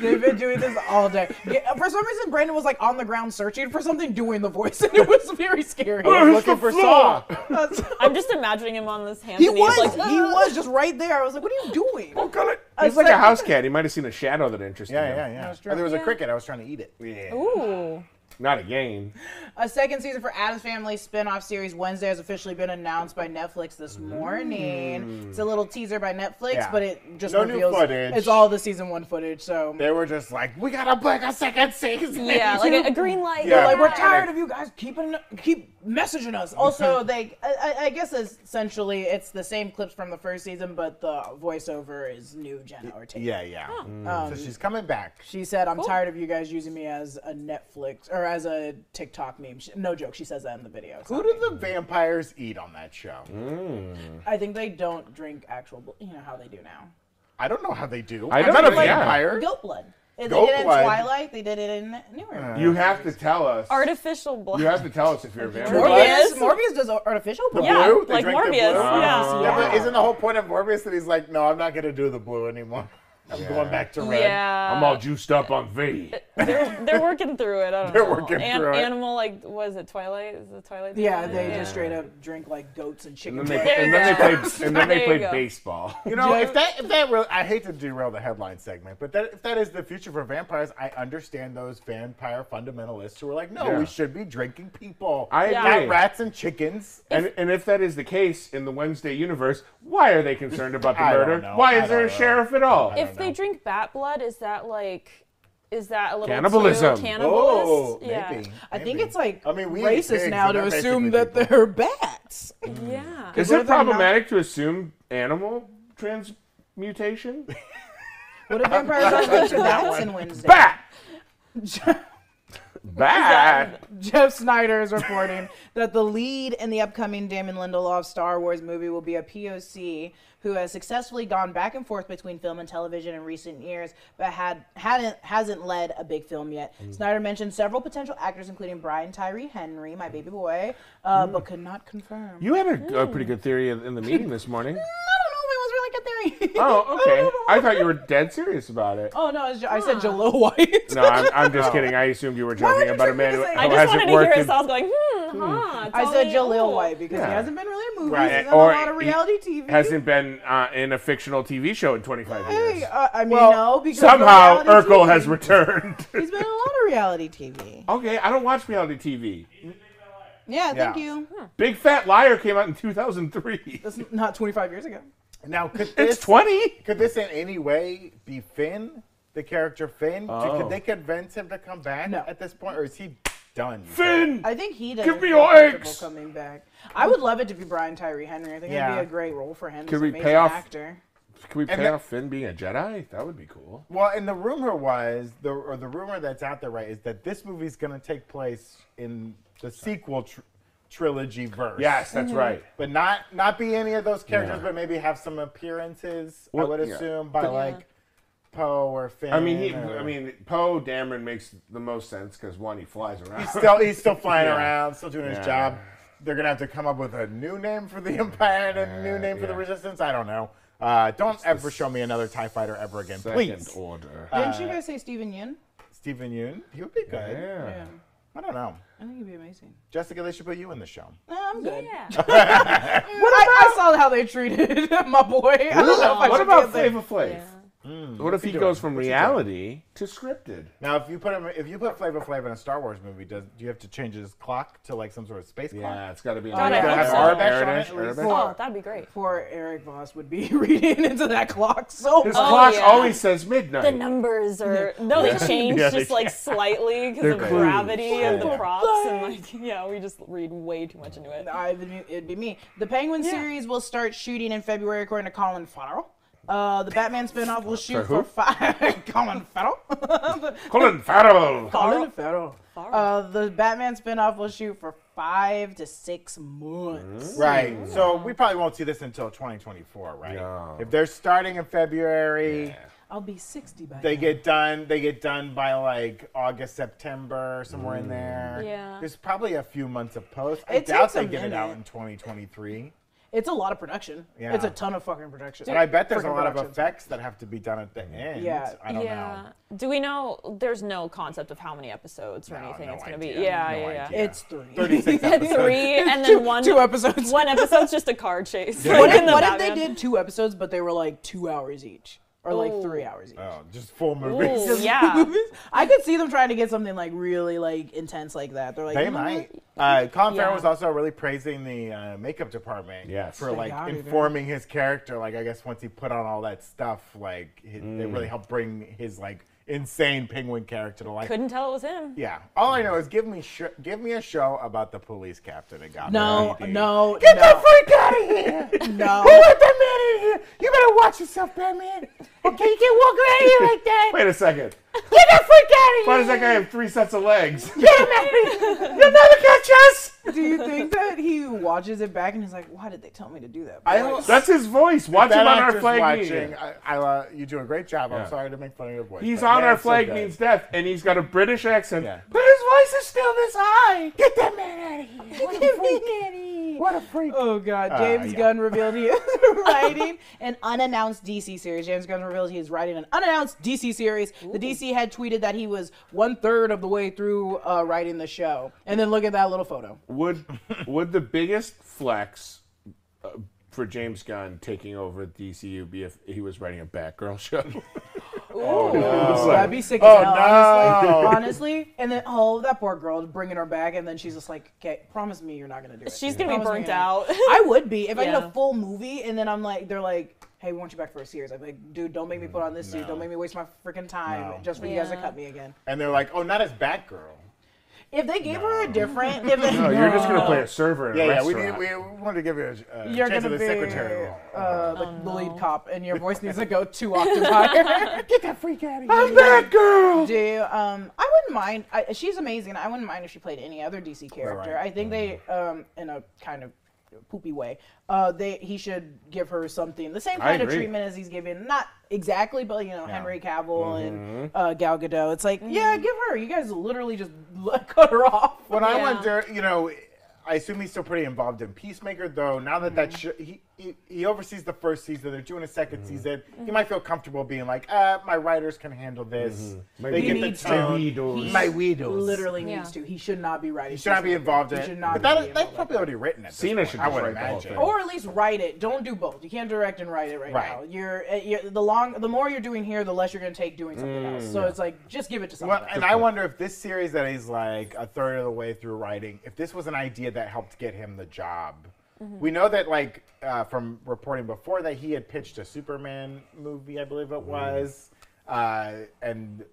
They've been doing this all day. Yeah, uh, for some reason, Brandon was like on the ground searching for something, doing the voice, *laughs* and it was *laughs* very scary. Looking for Saw. That's- *laughs* I'm just imagining him on his hands he and knees, was, like he was just right there. I was like, "What are you doing?" He's like a like- house cat. He might have seen a shadow that interested Yeah, him. yeah, yeah. true. Oh, there was a Yeah. cricket. I was trying to eat it. Ooh. Not a game. A second season for Adam's Family spin-off series Wednesday has officially been announced by Netflix this morning. It's a little teaser by Netflix, Mm. Yeah. but it just No new reveals footage. it's all the season one footage. So They were just like, we gotta book a second season. *laughs* Yeah, like a, a green light. Yeah. like we're Yeah. tired of you guys keeping keep messaging us. *laughs* Also, they I, I- I guess essentially it's the same clips from the first season, but the voiceover is new Jenna Ortega. *laughs* *laughs* yeah, yeah. Mm. so she's coming back. She said, "I'm tired of you guys using me as a Netflix or as a TikTok meme." She, no joke, she says that in the video. It's Who not do me. the vampires eat on that show? Mm. I think they don't drink actual. bl- You know how they do now. I don't know how they do. I I'm don't not a know, yeah. vampire. Goat blood. They Goat did it in blood. Uh, Twilight. They did it in Newer. You have to tell us. Artificial blood. You have to tell us if you're a vampire. Blood. Morbius. Morbius? Morbius does artificial blood. *laughs* Yeah, blue? They like drink the Morbius. blue? Yeah. Yeah, but isn't the whole point of Morbius that he's like, no, I'm not gonna do the blue anymore. *laughs* I'm going back to red. Yeah. *laughs* I'm all juiced up on V. they're, they're working through it. I don't They're know. working through it. Animal, like, was it Twilight? Is it Twilight? Yeah, series? they just straight up drink like goats and chicken. And then blood. they, and then they played, and then There they you played go. baseball. *laughs* You know, if that if that really, I hate to derail the headline segment, but that if that is the future for vampires, I understand those vampire fundamentalists who are like, no, Yeah. we should be drinking people, I Yeah. agree. not rats and chickens. And, and if that is the case in the Wednesday universe, why are they concerned about the *laughs* I don't murder? know. Why I is there a don't know. sheriff at all? If they drink bat blood, is that like, is that a little Cannibalism. Too cannibalist? Oh, yeah. maybe. I think maybe. it's like I mean, we eat pigs, racist now and to they're assume basically that people. they're bats. Yeah. is what it if they're not- problematic to assume animal *laughs* transmutation? What if vampires are just bats in *laughs* Wednesday? Bat! Bat! *laughs* Jeff Snyder is reporting that the lead in the upcoming Damon Lindelof Star Wars movie will be a POC who has successfully gone back and forth between film and television in recent years, but had hadn't hasn't led a big film yet. Snyder mentioned several potential actors, including Brian Tyree Henry, my baby boy, uh, Mm. but could not confirm. You had a, a pretty good theory in the meeting this I morning. don't know if it was really good theory. *laughs* Oh, I don't know okay. if it I was. thought you were dead serious about it. Oh no, I, was, I said Ah. Jalil White. No, I'm, *laughs* I'm Oh. just kidding. I assumed you were would joking you about a say- man I who, just who I just hasn't wanted to hear worked it, in. so I was going, hmm, huh. I tell said me, Jalil oh. White because Yeah. he hasn't been really in movies. Right, He's in a or lot of he reality TV. Hasn't been uh, in a fictional TV show in 25 Hey, years. uh, I mean, Well, no, because Somehow, of reality Urkel TV. has returned. *laughs* He's been in a lot of reality TV. *laughs* okay, I don't watch reality TV. Yeah, thank Yeah. you. Big Fat Liar came out in 2003. Hmm. That's not 25 years ago. now *laughs* could this It's 20. could this in any way be Finn, the character Finn? Could- Oh. Could they convince him to come back No. at this point, or is he done? Finn! I think he does. Give me your eggs! Coming back, I would love it to be Brian Tyree Henry. I think it'd Yeah. be a great role for him. Could He's we an amazing pay off- actor? Can we pay that- off Finn being a Jedi? That would be cool. Well, and the rumor was, the, or the rumor that's out there, right, is that this movie's going to take place in the sequel tr- trilogy verse. Yes, that's right. But not not be any of those characters, Yeah. but maybe have some appearances. Well, I would yeah. assume by like Poe or Finn. I mean, he, or- I mean, Poe Dameron makes the most sense because one, he flies around. *laughs* he's still he's still flying Yeah. around, still doing Yeah. his job. They're gonna have to come up with a new name for the Empire and a new name for the yeah. Resistance. I don't know. Uh, don't ever show me another Tie Fighter ever again, Second please. order. Didn't you guys say Steven Yeun? Stephen Yoon, he would be good. yeah. I don't know. I think he'd be amazing. Jessica, they should put you in the show. Nah, I'm *laughs* good. Mm. Yeah. What I, I saw how they treated *laughs* my boy. I don't know if I What should about be in there. Flavor Flav? what if he goes from reality to scripted? Now, if you put him, if you put Flavor Flav in a Star Wars movie, does do you have to change his clock to like some sort of space Yeah, clock? it's got to be. God, I Gotta hope have so. Arabesh Arabesh on on it, at it, least. Arabesh. oh, that'd be great. Poor Eric Voss would be *laughs* reading into that clock so much. His clock Oh, yeah. always says midnight. The numbers are no, they *laughs* change Yeah, they just like slightly because They're of clues. gravity and Yeah. the props and like *laughs* yeah, we just read way too much into it. I would be- it'd be me. The Penguin Yeah. series will start shooting in February, according to Colin Farrell. Uh, *laughs* the Batman spinoff will shoot for who? five. *laughs* Colin Farrell. *laughs* Colin Farrell. Colin Farrell. Farrell. Uh, the Batman spinoff will shoot for five to six months. Right. So we probably won't see this until 2024, right? No. If they're starting in February, I'll be sixty by they then. get done. They get done by like August, September, somewhere in there. Yeah. There's probably a few months of post. I Mm. It doubt takes a they get it out minute. in 2023. It's a lot of production. Yeah. It's a ton of fucking production. And I bet there's a Freaking lot of production. effects that have to be done at the end. Yeah. I don't yeah. know. Do we know? There's no concept of how many episodes or No, anything no it's gonna be. idea. Yeah, No yeah, yeah. idea. It's three. *laughs* *laughs* 36 episodes. *laughs* Three and then one. Two episodes. *laughs* One episode's just a car chase. What, Like if, in the what if they Batman. did two episodes, but they were like two hours each, or like Ooh. three hours each? Oh, just full Ooh, movies. *laughs* yeah. I could see them trying to get something like really like intense like that. They're like, *laughs* They you know what? might. Uh, Colin Farrell Yeah. was also really praising the uh, makeup department Yes. for They like got it, eh? dude. informing his character. Like I guess once he put on all that stuff, like it, they really helped bring his like insane penguin character to life. Couldn't tell it was him. yeah. All I know is give me sh- give me a show about the police captain and got No, me. no, Get no. the freak out of *laughs* here! No. Who let that man in here? You better watch yourself, Batman. Okay, you can't walk around here like that. Wait a second. Get the freak out of Why here! does that guy have three sets of *laughs* legs? Get him out of *laughs* here! You'll never catch us. Do you *laughs* think that he watches it back and he's like, why did they tell me to do that? I Boy, *laughs* don't- That's his voice. Watch That him on our actor's flag watching. meeting. I, I, uh, you do a great job. Yeah. I'm sorry to make fun of your voice. He's but on man, our it's so flag good. means death, and he's got a British accent. Yeah. But his voice is still this high. Get that man out of here! What a freak! what a freak! Oh God! James Uh, yeah. Gunn revealed he is *laughs* writing an unannounced DC series. James Gunn revealed he is writing an unannounced DC series. The DC head tweeted that he was one third of the way through uh, writing the show, and then look at that little photo. Would would the biggest flex uh, for James Gunn taking over DCU be if he was writing a Batgirl show? So That'd be sick. Oh, as hell, no. Honestly, honestly, and then oh, that poor girl bringing her back, and then she's just like, "Okay, promise me you're not gonna do it." She's gonna be Promise me burnt you're not- out. I would be if I did a Yeah. full movie, and then I'm like, they're like. Hey, we want you back for a series. I'm like, dude, don't make me put on this suit. No. Don't make me waste my freaking time No. just for you guys to Yeah. cut me again. And they're like, "Oh, not as Batgirl." If they gave her a *laughs* different, if they, No, you're just gonna play a server in Yeah, a yeah. We, restaurant. need, we wanted to give you a, a you're chance gonna of the be secretary role. uh, Oh, like the lead cop, and your voice needs to go two octaves *laughs* higher. Get that freak out of here! I'm Batgirl. Do you, um, I wouldn't mind. I, she's amazing. I wouldn't mind if she played any other DC character. Right. Mm-hmm. I think they, um, in a kind of poopy way, uh, they he should give her something the same I kind of agree. treatment as he's given. Not exactly, but you know Henry Cavill Mm-hmm. and uh, Gal Gadot. It's like, yeah, give her. You guys literally just *laughs* cut her off. But I Yeah. wonder, you know, I assume he's still pretty involved in Peacemaker, though. Now that that sh- Mm-hmm. he, he he oversees the first season, they're doing a 2nd Mm-hmm. season. Mm-hmm. He might feel comfortable being like, uh, my writers can handle this. My They we- get the needs to. tone. Mm-hmm. He does. My weirdos. literally needs Yeah. to. He should not be writing. He should not be involved in He it. should not But be that, involved that's in probably already written. At this Cena point, should I just would write the whole imagine. thing. or at least write it. Don't do both. You can't direct and write it right, Right. now. You're, uh, you're the long the more you're doing here, the less you're going to take doing something else. So it's like just give it to someone. Mm. Well, and I wonder if this series that he's like a third of the way through writing, if this was an idea that helped get him the job. We know that, like, uh, from reporting before, that he had pitched a Superman movie, I believe it was. Uh, and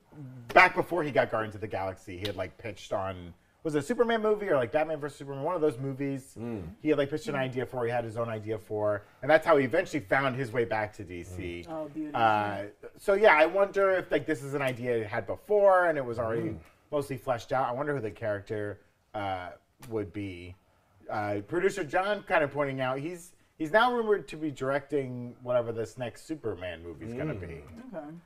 back before he got Guardians of the Galaxy, he had, like, pitched on, was it a Superman movie or, like, Batman vs. Superman? One of those movies he had, like, pitched an idea for, he had his own idea for. And that's how he eventually found his way back to DC. Oh, beauty. Uh, so yeah, I wonder if like this is an idea it had before and it was already Mm-hmm. mostly fleshed out. I wonder who the character uh, would be. Uh, Producer John kind of pointing out he's he's now rumored to be directing whatever this next Superman movie's gonna be. Mm.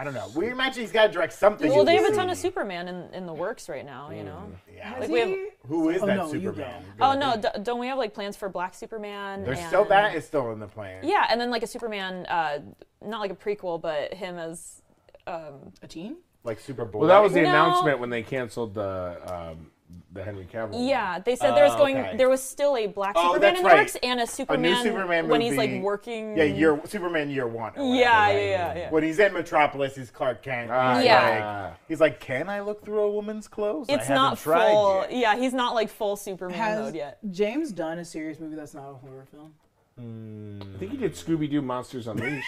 I don't know. We imagine he's got to direct something. Well, they in have a DC. ton of Superman in, in the works right now. You know. Yeah. Like we have. Who is Oh, that no, you Superman? Oh no! D- don't we have like plans for Black Superman? There's and- still that is still in the plan. Yeah, and then like a Superman, uh, not like a prequel, but him as um, a teen? Like Superboy. Well, that was the No. announcement when they canceled the um, the Henry Cavill. one. yeah. They said there was going, Oh. okay. there was still a Black Oh, Superman that's in the right. works and a Superman, Superman when he's like movie. working. Yeah, year Superman year one. or whatever, Yeah, right? yeah, yeah, yeah. When he's in Metropolis, he's Clark Kent. Ah, he's Yeah. Like, he's like, can I look through a woman's clothes? I It's haven't not tried full. yet." Yeah, he's not like full Superman Has mode yet. James done a serious movie that's not a horror film? I think he did Scooby Doo *laughs* Monsters Unleashed.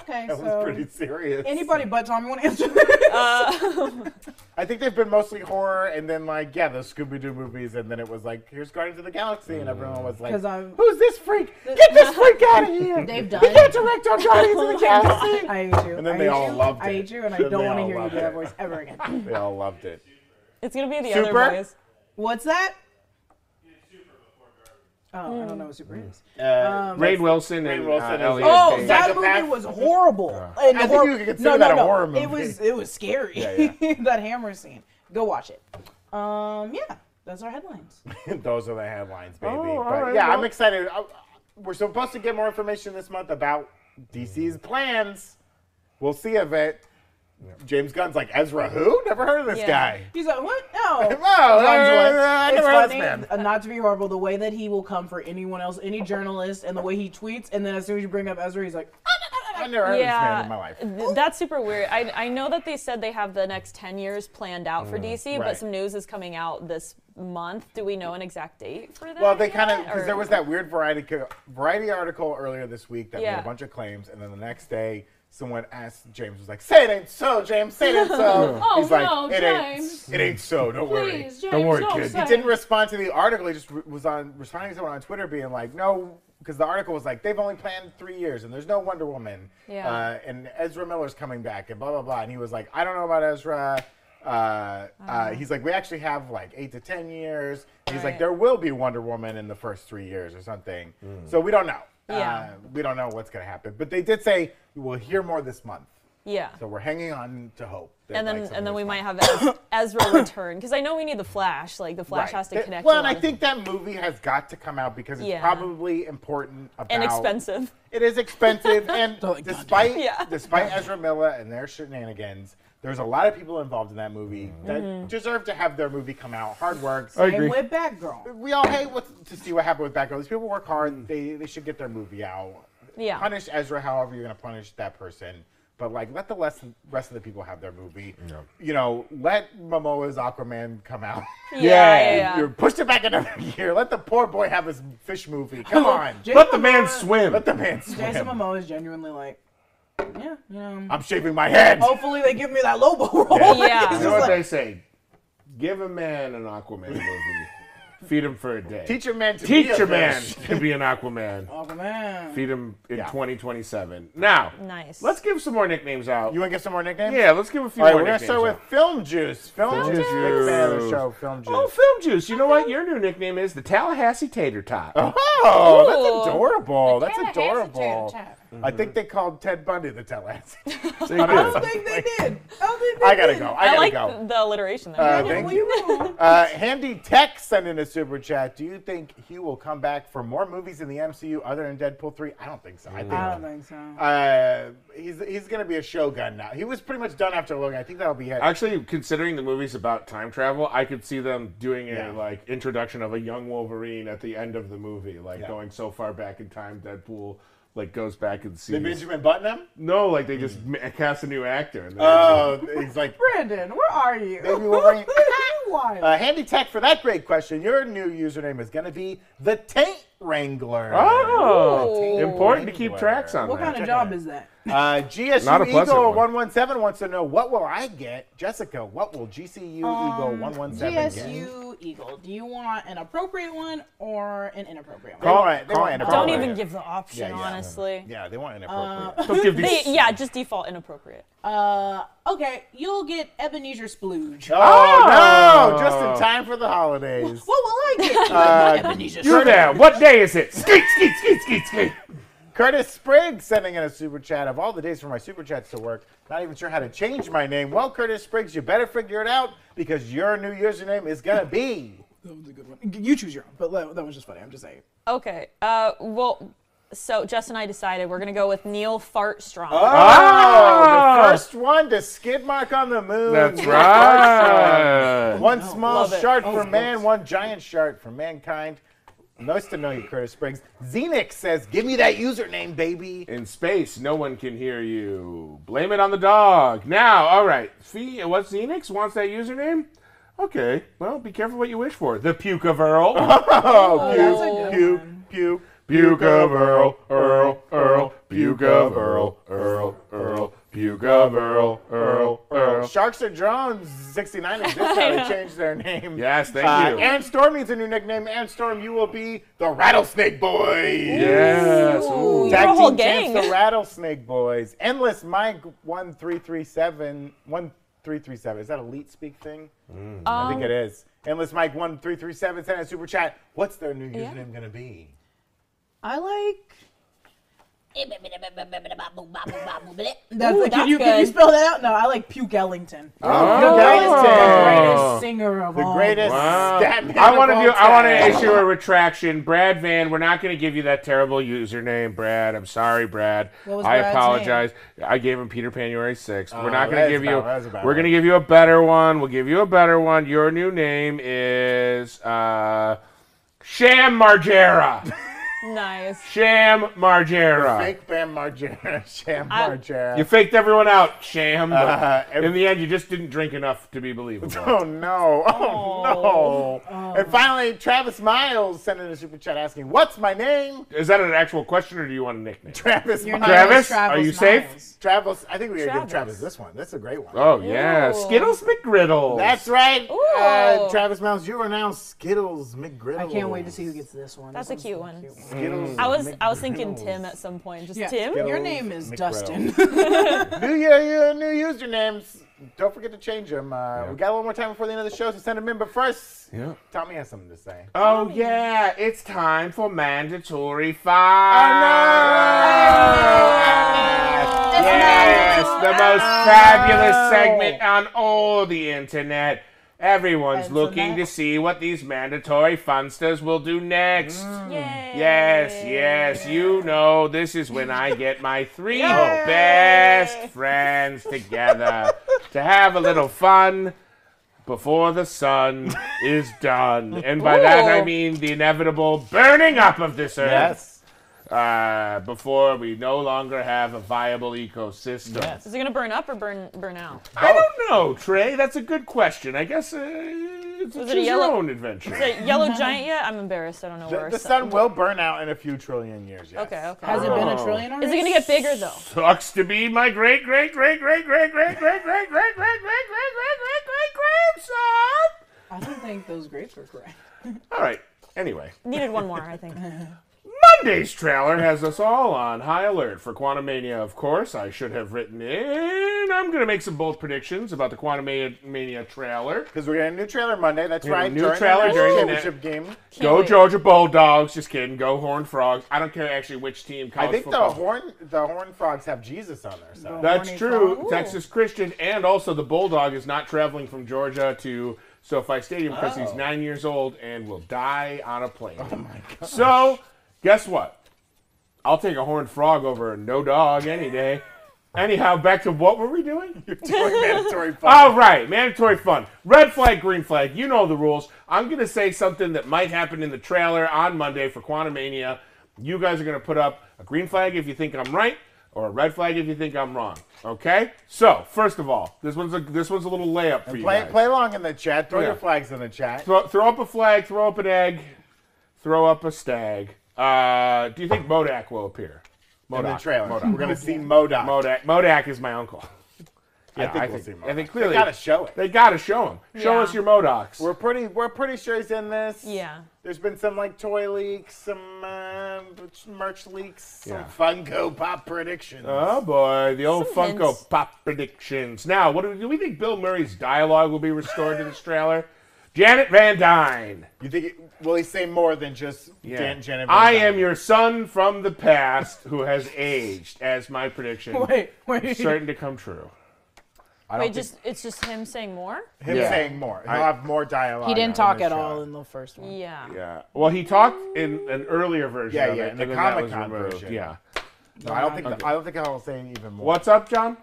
Okay, That was pretty so serious. anybody but Tommy want to *laughs* answer this? I think they've been mostly horror, and then like, yeah, those Scooby Doo movies, and then it was like, here's Guardians of the Galaxy, and everyone was like, 'Cause I'm- who's this freak? Get *laughs* this freak out of here! They've done. You can't direct our Guardians of Oh the Galaxy. *laughs* I hate you. And then I they hate all you. loved I it. hate you, and I Then don't they want to all hear you loved do that it. voice *laughs* ever again. They all loved it. It's gonna be the Super? other boys. What's that? Oh, I don't know what super is. Um, Uh, Rain Wilson Rain and Wilson uh, is- Elliot. Oh, Page. that Psychopath. movie was horrible. And I think hor- you could consider that a horror movie. *laughs* It was it was scary. Yeah, that hammer scene. Go watch it. Um, yeah, Those are headlines. *laughs* Those are the headlines, baby. all but right, yeah, I'm well- excited. I- We're supposed to get more information this month about DC's plans. We'll see if it. James Gunn's like Ezra who? Never heard of this Yeah. guy. He's like, what? *laughs* No. No, no, no, no, I It's never heard of this funny, man. uh, not to be horrible, the way that he will come for anyone else, any journalist, and the way he tweets, and then as soon as you bring up Ezra, he's like, *laughs* I never heard of this man in my life. th- that's super weird. I, I know that they said they have the next 10 years planned out for DC, Mm, right. but some news is coming out this month. Do we know an exact date for that? Well, they kind of yet, because or- there was that weird variety co- variety article earlier this week that made Yeah. a bunch of claims, and then the next day someone asked James was like, "Say it ain't so, James. Say it ain't so." Oh, He's no, like, "It James. ain't. It ain't so. Don't worry." Please, James, Don't worry, no, kid. say He didn't respond to the article. He just re- was on responding to someone on Twitter, being like, "No," because the article was like, "They've only planned three years, and there's no Wonder Woman, Yeah. uh, and Ezra Miller's coming back, and blah blah blah." And he was like, "I don't know about Ezra." Uh, uh, he's like, "We actually have like eight to ten years." He's like, Uh-huh. Right. "There will be Wonder Woman in the first three years or something." So we don't know. Yeah. Uh, we don't know what's gonna happen, but they did say we'll hear more this month. Yeah. So we're hanging on to hope. that, and then like, and then we something might have *coughs* Ez- Ezra return because I know we need the Flash. Like the Flash Right. has to Th- connect. Well, a and I lot of- think that movie has got to come out because it's Yeah. probably important about and *laughs* expensive. It is expensive, *laughs* and despite Yeah. despite Ezra Miller and their shenanigans, there's a lot of people involved in that movie that Mm-hmm. deserve to have their movie come out. Hard works. I and agree. we're back, girl. We all hate what, to see what happened with Batgirl. These people work hard. They they should get their movie out. Yeah. Punish Ezra however you're gonna punish that person. But like, let the less, rest of the people have their movie. You know, let Momoa's Aquaman come out. *laughs* Yeah, Yeah, yeah, You- yeah. You pushed it back another *laughs* year. Let the poor boy have his fish movie. Come on. Jason Let the man Momoa- swim. Let the man Jason swim. Momoa is genuinely like, yeah, you know. I'm shaving my head. Hopefully they give me that Lobo role. It's Yeah. You just know what like- they say? Give a man an Aquaman *laughs* movie. Feed him for a day. Teach your man to Teach be a your man fish. to be an Aquaman. oh man. Feed him in Yeah. 2027. Now, Nice. Let's give some more nicknames out. You want to get some more nicknames? yeah, let's give a few All right, more we're gonna nicknames. start with out. Film Juice. Film, Film Juice. Big fan of the Juice. show. Film Juice. Oh, Film Juice. You know what? Your new nickname is the Tallahassee Tater Tot. Oh, Ooh. that's adorable. That's Tallahassee adorable. tater I think they called Ted Bundy the Tallahassee. They *laughs* I don't do. think they did. I don't think they I gotta did. go. I, I like gotta go. th- the alliteration there. Uh, Yeah. thank well, you. you. Uh, Handy Tech sent in a super chat. Do you think Hugh will come back for more movies in the MCU other than Deadpool 3? I don't think so. I think I don't think so. uh, he's he's gonna be a shogun now. He was pretty much done after Logan. I think that'll be it. Actually, considering the movie's about time travel, I could see them doing a Yeah. like introduction of a young Wolverine at the end of the movie, like Yeah. going so far back in time, Deadpool like goes back and The sees. Benjamin Button. no, like they just ma- cast a new actor. And then- Oh, he's like Brandon, where are you? Maybe we'll *laughs* bring- Wild. uh, Handy Tech for that great question. Your new username is gonna be the Taint Wrangler. Oh, Ooh. important to keep tracks on what that. kind of job is that? Uh, GSU Not a pleasant Eagle one. 117 wants to know what will I get, Jessica? What will GCU Eagle Um, 117 get? GSU Eagle. Do you want an appropriate one or an inappropriate one? They want- they Call- want call- Don't inappropriate. even give the option, Yeah, yeah. honestly. Uh, Yeah, they want inappropriate. *laughs* Don't give They, these. yeah, just default inappropriate. Uh, okay, you'll get Ebenezer Splooge. oh no! Just in time for the holidays. What will I get? Uh, Ebenezer You're Scrooge. there. What day is it? Skeet, skeet, skeet, skeet, skeet. Curtis Spriggs sending in a super chat. Of all the days for my super chats to work, not even sure how to change my name. Well, Curtis Spriggs, you better figure it out because your new username is gonna be. That was a good one. You choose your own, but that that was just funny. I'm just saying. Okay. Uh, well, so Jess and I decided we're gonna go with Neil Fartstrong. Oh, the *laughs* Ah! first one to skid mark on the moon. *laughs* That's right. right. One small Love it. Oh, shark for man, one giant shark for mankind. Nice to know you, Curtis Spriggs. Xenix says, "Give me that username, baby." In space, no one can hear you. Blame it on the dog. Now, all right. See, what's Xenix? Wants that username? Okay. Well, be careful what you wish for. The Pukeverl. Oh, that's a good puke, one. puke, Pukeverl, Earl, Earl, Pukeverl, Earl, Earl, Pukeverl, Earl, puke. Earl. Sharks are drones. 69 exists how *laughs* they changed their name. Yes, thank Uh, you. Aaron Storm needs a new nickname. Aaron Storm, you will be the Rattlesnake Boy. Yes. Ooh, Ooh. you're a Tag whole team *laughs* gang. champs, the Rattlesnake Boys. Endless Mike 1337. 1337. Is that a Leet Speak thing? Mm. I think it is. Endless Mike 1337 sent a super chat. What's their new username going to be? I like That's Ooh, like, can that's you can you good. spell that out? No, I like Puke Ellington. Oh, The greatest, the Oh. greatest singer of the all. greatest Wow. stat man I want to of do. all I want to time. issue a retraction, Brad Van. We're not going to give you that terrible username, Brad. I'm sorry, Brad. What was I Brad's apologize. I gave him Peter Panuary six. we're not going that to is give about- that is you. about We're right. going to give you a better one. We'll give you a better one. Your new name is uh, Sham Margera. Nice. Sham Margera. Fake Bam Margera, *laughs* Sham I- Margera. You faked everyone out, Sham. but Uh, ev- in the end, you just didn't drink enough to be believable. *laughs* Oh no! Oh, no! And finally, Travis Miles sent in a super chat asking, "What's my *laughs* name?" Is that an actual question, or do you want a nickname? Travis Your Miles. name is Travis, Travis are you safe? Miles. Travis. I think we gotta give Travis. Travis this one. That's a great one. Oh yeah, Ooh. Skittles McGriddles. That's right, uh, Ooh. Travis Miles. You are now Skittles McGriddles. I can't wait to see who gets this one. That's This a cute one's one. really Skittles. I was I was thinking McGriddles. Tim at some point. Just Yeah. Tim. Your Skittles name is McGriddle. *laughs* Dustin. new year, year, new usernames. Don't forget to change them. Uh, We got a little more time before the end of the show, so send them in. But first, Yeah. Tommy has something to say. Oh yeah, it's time for mandatory Oh, five. no! Yes, It's the most fabulous segment on all the internet. Everyone's Internet. looking to see what these mandatory funsters will do next. Yay. Yes, yes, you know this is when I get my three *laughs* best friends together to have a little fun before the sun is done. And by that I Ooh. mean the inevitable burning up of this earth Yes. uh, before we no longer have a viable ecosystem. Yes. Is it gonna burn up or burn burn out? I don't know, Trey. That's a good question. I guess uh, it's a Was it choose a your yellow- own adventure. Is *laughs* it yellow giant yet? I'm embarrassed. I don't know The, where. the so- sun will burn out in a few trillion years. Yes. Okay. *laughs* Okay. Has it been a Oh. trillion already? Is it gonna get bigger though? sucks to be my great great great great great great great great great great great great great great great great grandson. I don't think those grapes are *laughs* correct. All right. Anyway, Needed one more, I think. Monday's trailer has us all on high alert for Quantumania. Of course, I should have written in. I'm gonna make some bold predictions about the Quantumania Mania trailer. Because we're getting a new trailer Monday. That's have a right. new during the trailer national during the championship game. Can't Go wait. Georgia Bulldogs. Just kidding. Go Horned Frogs. I don't care actually which team. College I think the football. horn the horn frogs have Jesus on their side. That's Horny true. frog. Ooh. Texas Christian and also the Bulldog is not traveling from Georgia to SoFi Stadium because he's nine years old and will die on a plane. Oh my god! So, guess what? I'll take a horned frog over a no dog any day. Anyhow, back to what were we doing? Doing *laughs* mandatory All fun. right, mandatory fun. Red flag, green flag. You know the rules. I'm going to say something that might happen in the trailer on Monday for Quantumania. You guys are going to put up a green flag if you think I'm right or a red flag if you think I'm wrong. Okay? So, first of all, this one's a this one's a little layup for you Play, guys. play along in the chat. Throw Yeah. your flags in the chat. Throw, throw up a flag, throw up an egg, throw up a stag. Uh, do you think Modak will appear? in the Modoc. trailer. We're gonna see Modoc. Modak. Modak is my uncle. Yeah, think we'll see I Modoc. think They clearly gotta show it. They gotta show him. Show Yeah. us your Modocs. We're pretty we're pretty sure he's in this. Yeah. There's been some like toy leaks, some uh, merch leaks, some Yeah. Funko Pop predictions. Oh boy, the old Some Funko hints. Pop predictions. Now, what do we, do we think Bill Murray's dialogue will be restored to this trailer? Janet Van Dyne. You think it, will he say more than just Yeah. Dan Janet? Van I Dyne? am your son from the past who has *laughs* aged, as my prediction Wait, is wait. certain to come true. I don't *laughs* Wait, think just it's just him saying more? him Yeah. saying more. He'll I- have more dialogue. He on didn't talk this at show. all in the first one. Yeah. Yeah. Well, he talked in an earlier version. Yeah, of yeah, it, in and the then that was Comic-Con removed. version. Yeah. No, I don't think. I don't think I'll say even more. What's up, John?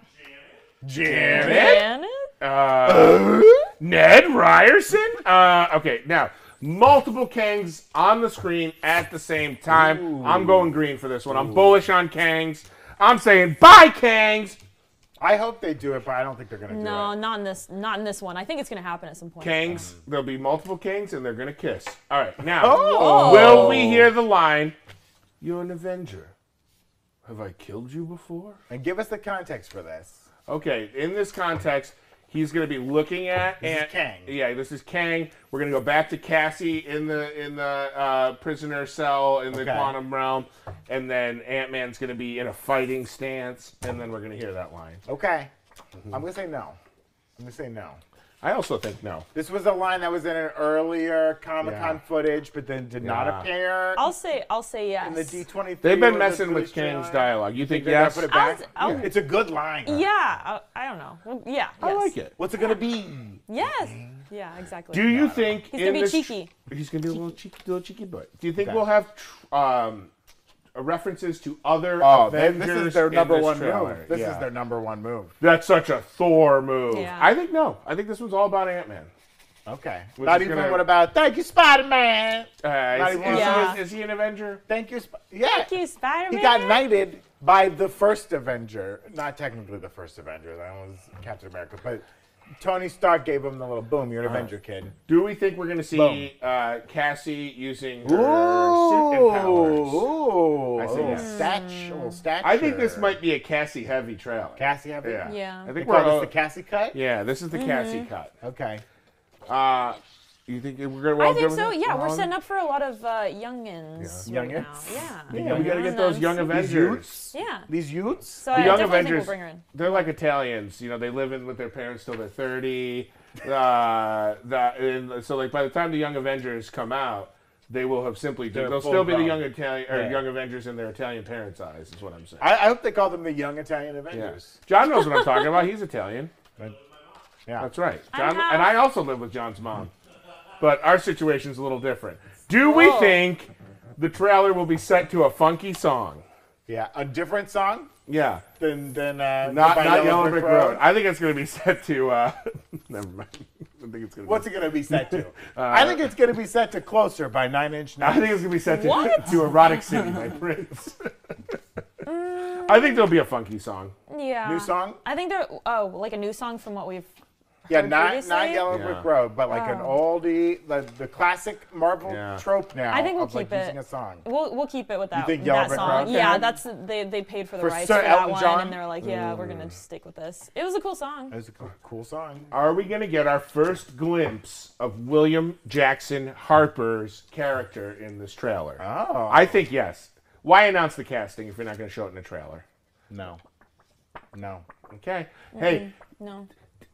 Janet. Janet? Uh, Ned Ryerson? Uh, okay, now, multiple Kangs on the screen at the same time. I'm going green for this one. I'm bullish on Kangs. I'm saying bye, Kangs! I hope they do it, but I don't think they're gonna No, do it. not in this not in this one. I think it's gonna happen at some point. Kangs, there'll be multiple Kangs, and they're going to kiss. All right, now, Oh. will we hear the line, You're an Avenger? Have I killed you before? And give us the context for this. Okay, in this context, he's going to be looking at This is and- Kang. Yeah, this is Kang. We're going to go back to Cassie in the in the uh, prisoner cell in the Okay. quantum realm, and then Ant Man's going to be in a fighting stance, and then we're going to hear that line. Okay. I'm gonna say no. I'm gonna say no. I also think no. This was a line that was in an earlier Comic Con Yeah. footage, but then did Yeah. not appear I'll say I'll say yes. in the D23. They've or been the messing with Foolish Kane's trailer. dialogue. You think They're gonna yes? put it I'll- back? I'll- It's a good line. yeah, I, I don't know. Well, Yeah, I yes. like it. What's it gonna be? Yes. Yeah, exactly. Do you think He's gonna in be this- cheeky. he's gonna be a little cheeky, little cheeky boy. Do you think we'll have tr- um, references to other Oh, they, Avengers? this is their in number this one trailer? move. This Yeah. is their number one move. That's such a Thor move. Yeah. I think no. I think this one's all about Ant Man. Okay. We're Not just even gonna- what about thank you, Spider Man. Uh, Not is, even- is Yeah. he, is he an Avenger? Thank you, Sp- yeah. Thank you, Spider-Man. He got knighted by the first Avenger. Not technically the first Avenger. That was Captain America, but Tony Stark gave him the little boom. Uh-huh. You're an Avenger, kid. Do we think we're gonna see Boom. uh, Cassie using her suit and powers? Ooh, I say little yes. Statue, little statue. I think this might be a Cassie heavy trailer. Cassie have it? yeah. Yeah. Mm-hmm. I They think we're call all, this the Cassie cut. Yeah, this is the Cassie cut. Okay. Uh, you think we're gonna? I think so. Yeah, we're setting up for a lot of uh, youngins Yeah. right Youngins. now. Yeah. Yeah, we gotta get those young youths. Avengers. Yeah. These youths. So I The Young definitely Avengers, think we'll bring her in. they're like Italians. You know, they live in with their parents till they're 30. Uh, the, and so, like, by the time the Young Avengers come out, they will have simply, They're they'll full still be the grown. Young Italian, or Yeah. Young Avengers in their Italian parents' eyes, is what I'm saying. I, I hope they call them the young Italian Yeah. Avengers. John knows what I'm talking about. He's Italian. Yeah. That's right. I John, have- and I also live with John's mom. But our situation's a little different. Do we Whoa. think the trailer will be set to a funky song? Yeah. A different song Yeah. than than uh, Not, by not Yellow Brick Road. I think it's going to be *laughs* set to. Uh, never mind. I think it's going to. What's it gonna be set *laughs* to? Uh, I think it's gonna be set to "Closer" by Nine Inch I Nails. think it's going to be set to, What? to "Erotic City" by Prince. *laughs* I think there'll be a funky song. Yeah. New song? I think they're oh, like a new song from what we've Yeah, heard not not previously? Yellow Yeah. Brick Road, but like an oldie, the, the classic Marvel Yeah. trope now. I think we'll of like keep it. using a song. We'll we'll keep it with that, think Yellow that Brick song. Road Yeah, can? that's they they paid for the For rights Sir for that Elton one, John? Mm. Uh, and they're like, yeah, we're gonna stick with this. It was a cool song. That was a cool, cool song. Are we going to get our first glimpse of William Jackson Harper's character in this trailer? Oh. I think yes. Why announce the casting if you're not going to show it in a trailer? No. No. Okay. Hey, No,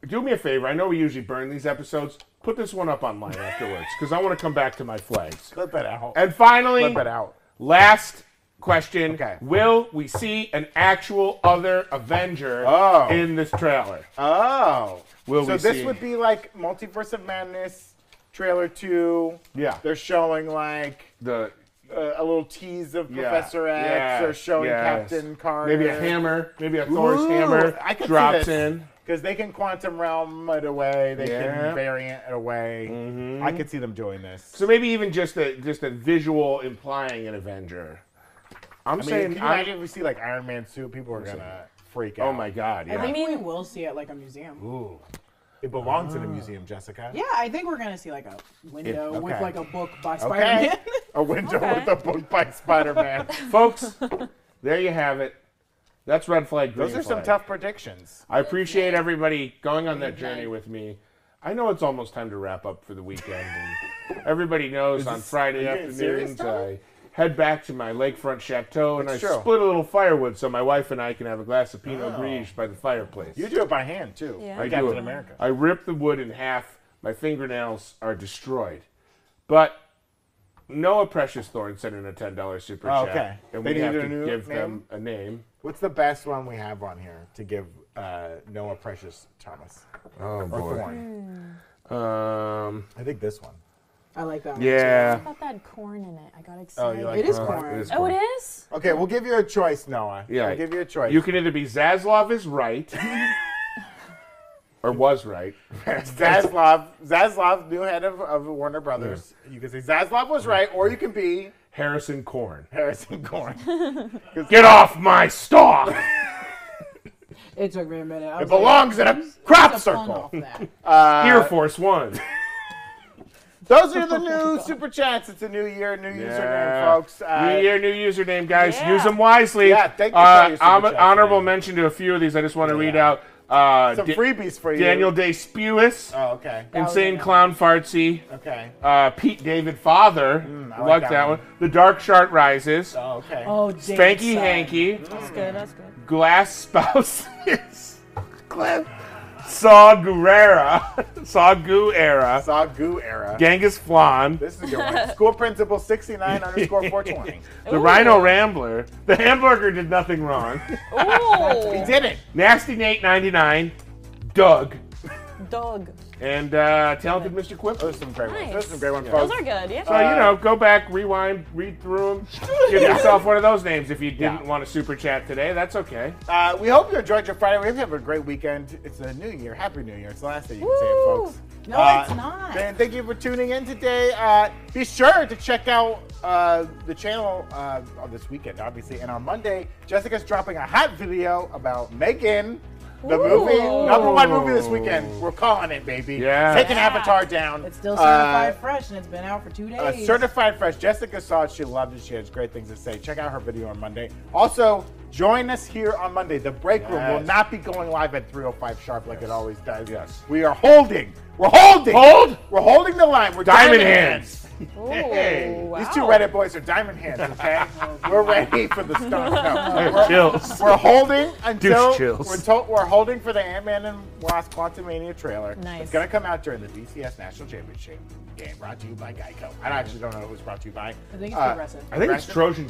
do me a favor. I know we usually burn these episodes. Put this one up online afterwards because I want to come back to my flags. Flip it out. And finally, Flip it out. Last question. Okay. Will we see an actual other Avenger Oh. in this trailer? Oh. Will so we this see- would be like Multiverse of Madness trailer two. Yeah. They're showing like The a, a little tease of yeah, Professor X. yes, They're showing yes. Captain Carter. Maybe a hammer. Maybe a Thor's hammer I could see drops this. in. Because they can quantum realm it away, they Yeah. Mm-hmm. can variant it away. I could see them doing this. So maybe even just a just a visual implying an Avenger. I'm I mean, can saying. you I'm- imagine if we see like Iron Man suit, people are gonna freak out. oh my God! I Yeah. think we will see it like a museum. Ooh. It belongs in a museum, Jessica. Yeah, I think we're gonna see like a window Yeah, with okay. like a book by Spider-Man. Okay. a window Okay. with a book by Spider Man. Folks, there you have it. That's red flag. Green Those are some flag. tough predictions. I appreciate everybody going on that journey with me. I know it's almost time to wrap up for the weekend. *laughs* And everybody knows on this- Friday are you getting serious afternoons I head back to my lakefront chateau and I It's true. Oh. split a little firewood so my wife and I can have a glass of Pinot Grigio by the fireplace. You do it by hand too. Yeah. Like I do Captain it. America. I rip the wood in half. My fingernails are destroyed. But Noah Precious Thorn sent in a ten dollar super Oh, chat, okay. and They we have needed to a new give them name? a name. What's the best one we have on here to give uh, Noah Precious Thomas? Oh Or boy. Thorne? Um, I think this one. I like that. one. yeah. I thought that had corn in it. I got excited. Oh, you like It is that one? corn. Oh, it is. Okay, we'll give you a choice, Noah. Yeah. We'll give you a choice. You can either be Zaslav is right, or was right. Zaslav, Zaslav, new head of, of Warner Brothers. You can say Zaslav was right, or you can be Harrison Korn. Harrison Korn. Get off my stalk! It took me a minute. I It was belongs in a like, crop "What's the fun circle. off that?" Air Force One. Uh, Those are the new super chats. It's a new year, new *laughs* Yeah. username, folks. new Uh, year, new username, guys. Use 'em Yeah. Use them wisely. Yeah, thank you for Uh, your super hon- chat, honorable man. mention to a few of these. I just want to read Yeah. out. Uh, Some Da- freebies for you. Daniel Day Spewis, Oh, okay. Insane Clown Fartsy, Okay. Mm, uh, Pete David Father. I like like that, that one. one. The Dark Shark Rises. Oh, okay. Oh, Jason. Spanky Hanky. *laughs* That's good. That's good. Glass Spouses. Clip. Saw Gerrera, *laughs* Saw Gu era, Sagu era. Genghis Flan, This is a good one. School principal *laughs* 69 underscore 420. the Rhino Rambler. The Hamburger did nothing wrong. *laughs* He *laughs* Ooh, did it. Nasty Nate 99, Doug, dog. and uh, Talented Mr. Quimper. Those are some great ones. Those are some Nice. great ones, Those folks. are good. Yeah. So, Uh, you know, go back, rewind, read *laughs* through them. Give yourself one of those names if you didn't want a super chat today. That's okay. Uh, we hope you enjoyed your Friday. We hope you have a great weekend. It's the new year. Happy New Year. It's the last day you can say it, Woo. folks. No, it's not. And thank you for tuning in today. Uh, be sure to check out uh, the channel uh, on this weekend, obviously. And on Monday, Jessica's dropping a hot video about Megan, the Ooh. movie, number one movie this weekend. We're calling it, baby. Yeah. Taking Yeah. Avatar down. It's still Uh, certified fresh and it's been out for two days. uh, certified fresh. Jessica saw it. She loved it. She has great things to say. Check out her video on Monday. Also, join us here on Monday. The break room will Yes. not be going live at 3:05 sharp like it always does. Yes. we are holding. We're holding. Hold? We're holding the line. We're diamond, Diamond hands. hands. Ooh, wow. These two Reddit boys are diamond hands. *laughs* Okay, we're ready for the stunt. No, we're- *laughs* Chills. We're holding until chills. we're, to- we're holding for the Ant-Man and Wasp Quantumania trailer. Nice. It's gonna come out during the DCS National Championship game, brought to you by Geico. I actually don't know who's brought to you by. uh, I think it's progressive. I think it's Trojan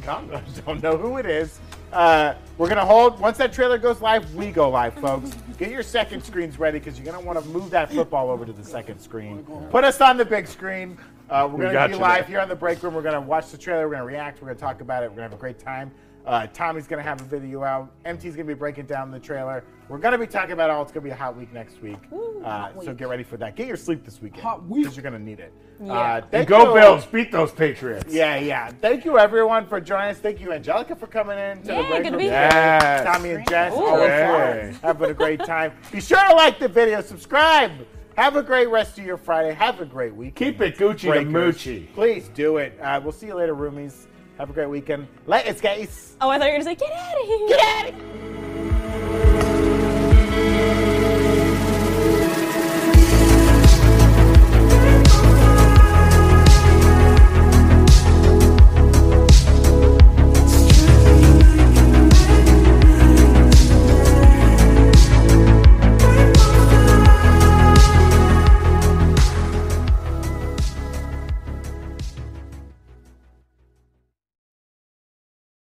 *laughs* Condoms. Don't know who it is. Uh, we're gonna hold once that trailer goes live. We go live, folks. Get your second screens ready because you're gonna want to move that football over to the second screen. Put us on the big screen. Uh, we're We gonna got be you live there. here on the break room. We're gonna watch the trailer. We're gonna react. We're gonna talk about it. We're gonna have a great time. Uh, Tommy's gonna have a video out. MT's gonna be breaking down the trailer. We're gonna be talking about it all. It's gonna be a hot week next week. uh, hot So week. get ready for that. Get your sleep this weekend. Hot week. Because you're gonna need it. Uh, Yeah. thank Go you. Bills. Beat those Patriots. Yeah, yeah. Thank you everyone for joining us. Thank you, Angelica, for coming in to the Yeah, break good to room. be here. Yes. Tommy and Jess, Ooh. always Hey. *laughs* fun. having a great time. Be sure to like the video, subscribe. Have a great rest of your Friday. Have a great week. Keep it Gucci to Moochie. Please do it. Uh, we'll see you later, roomies. Have a great weekend. Let us guys. Oh, I thought you were gonna say get out of here. Get out of here.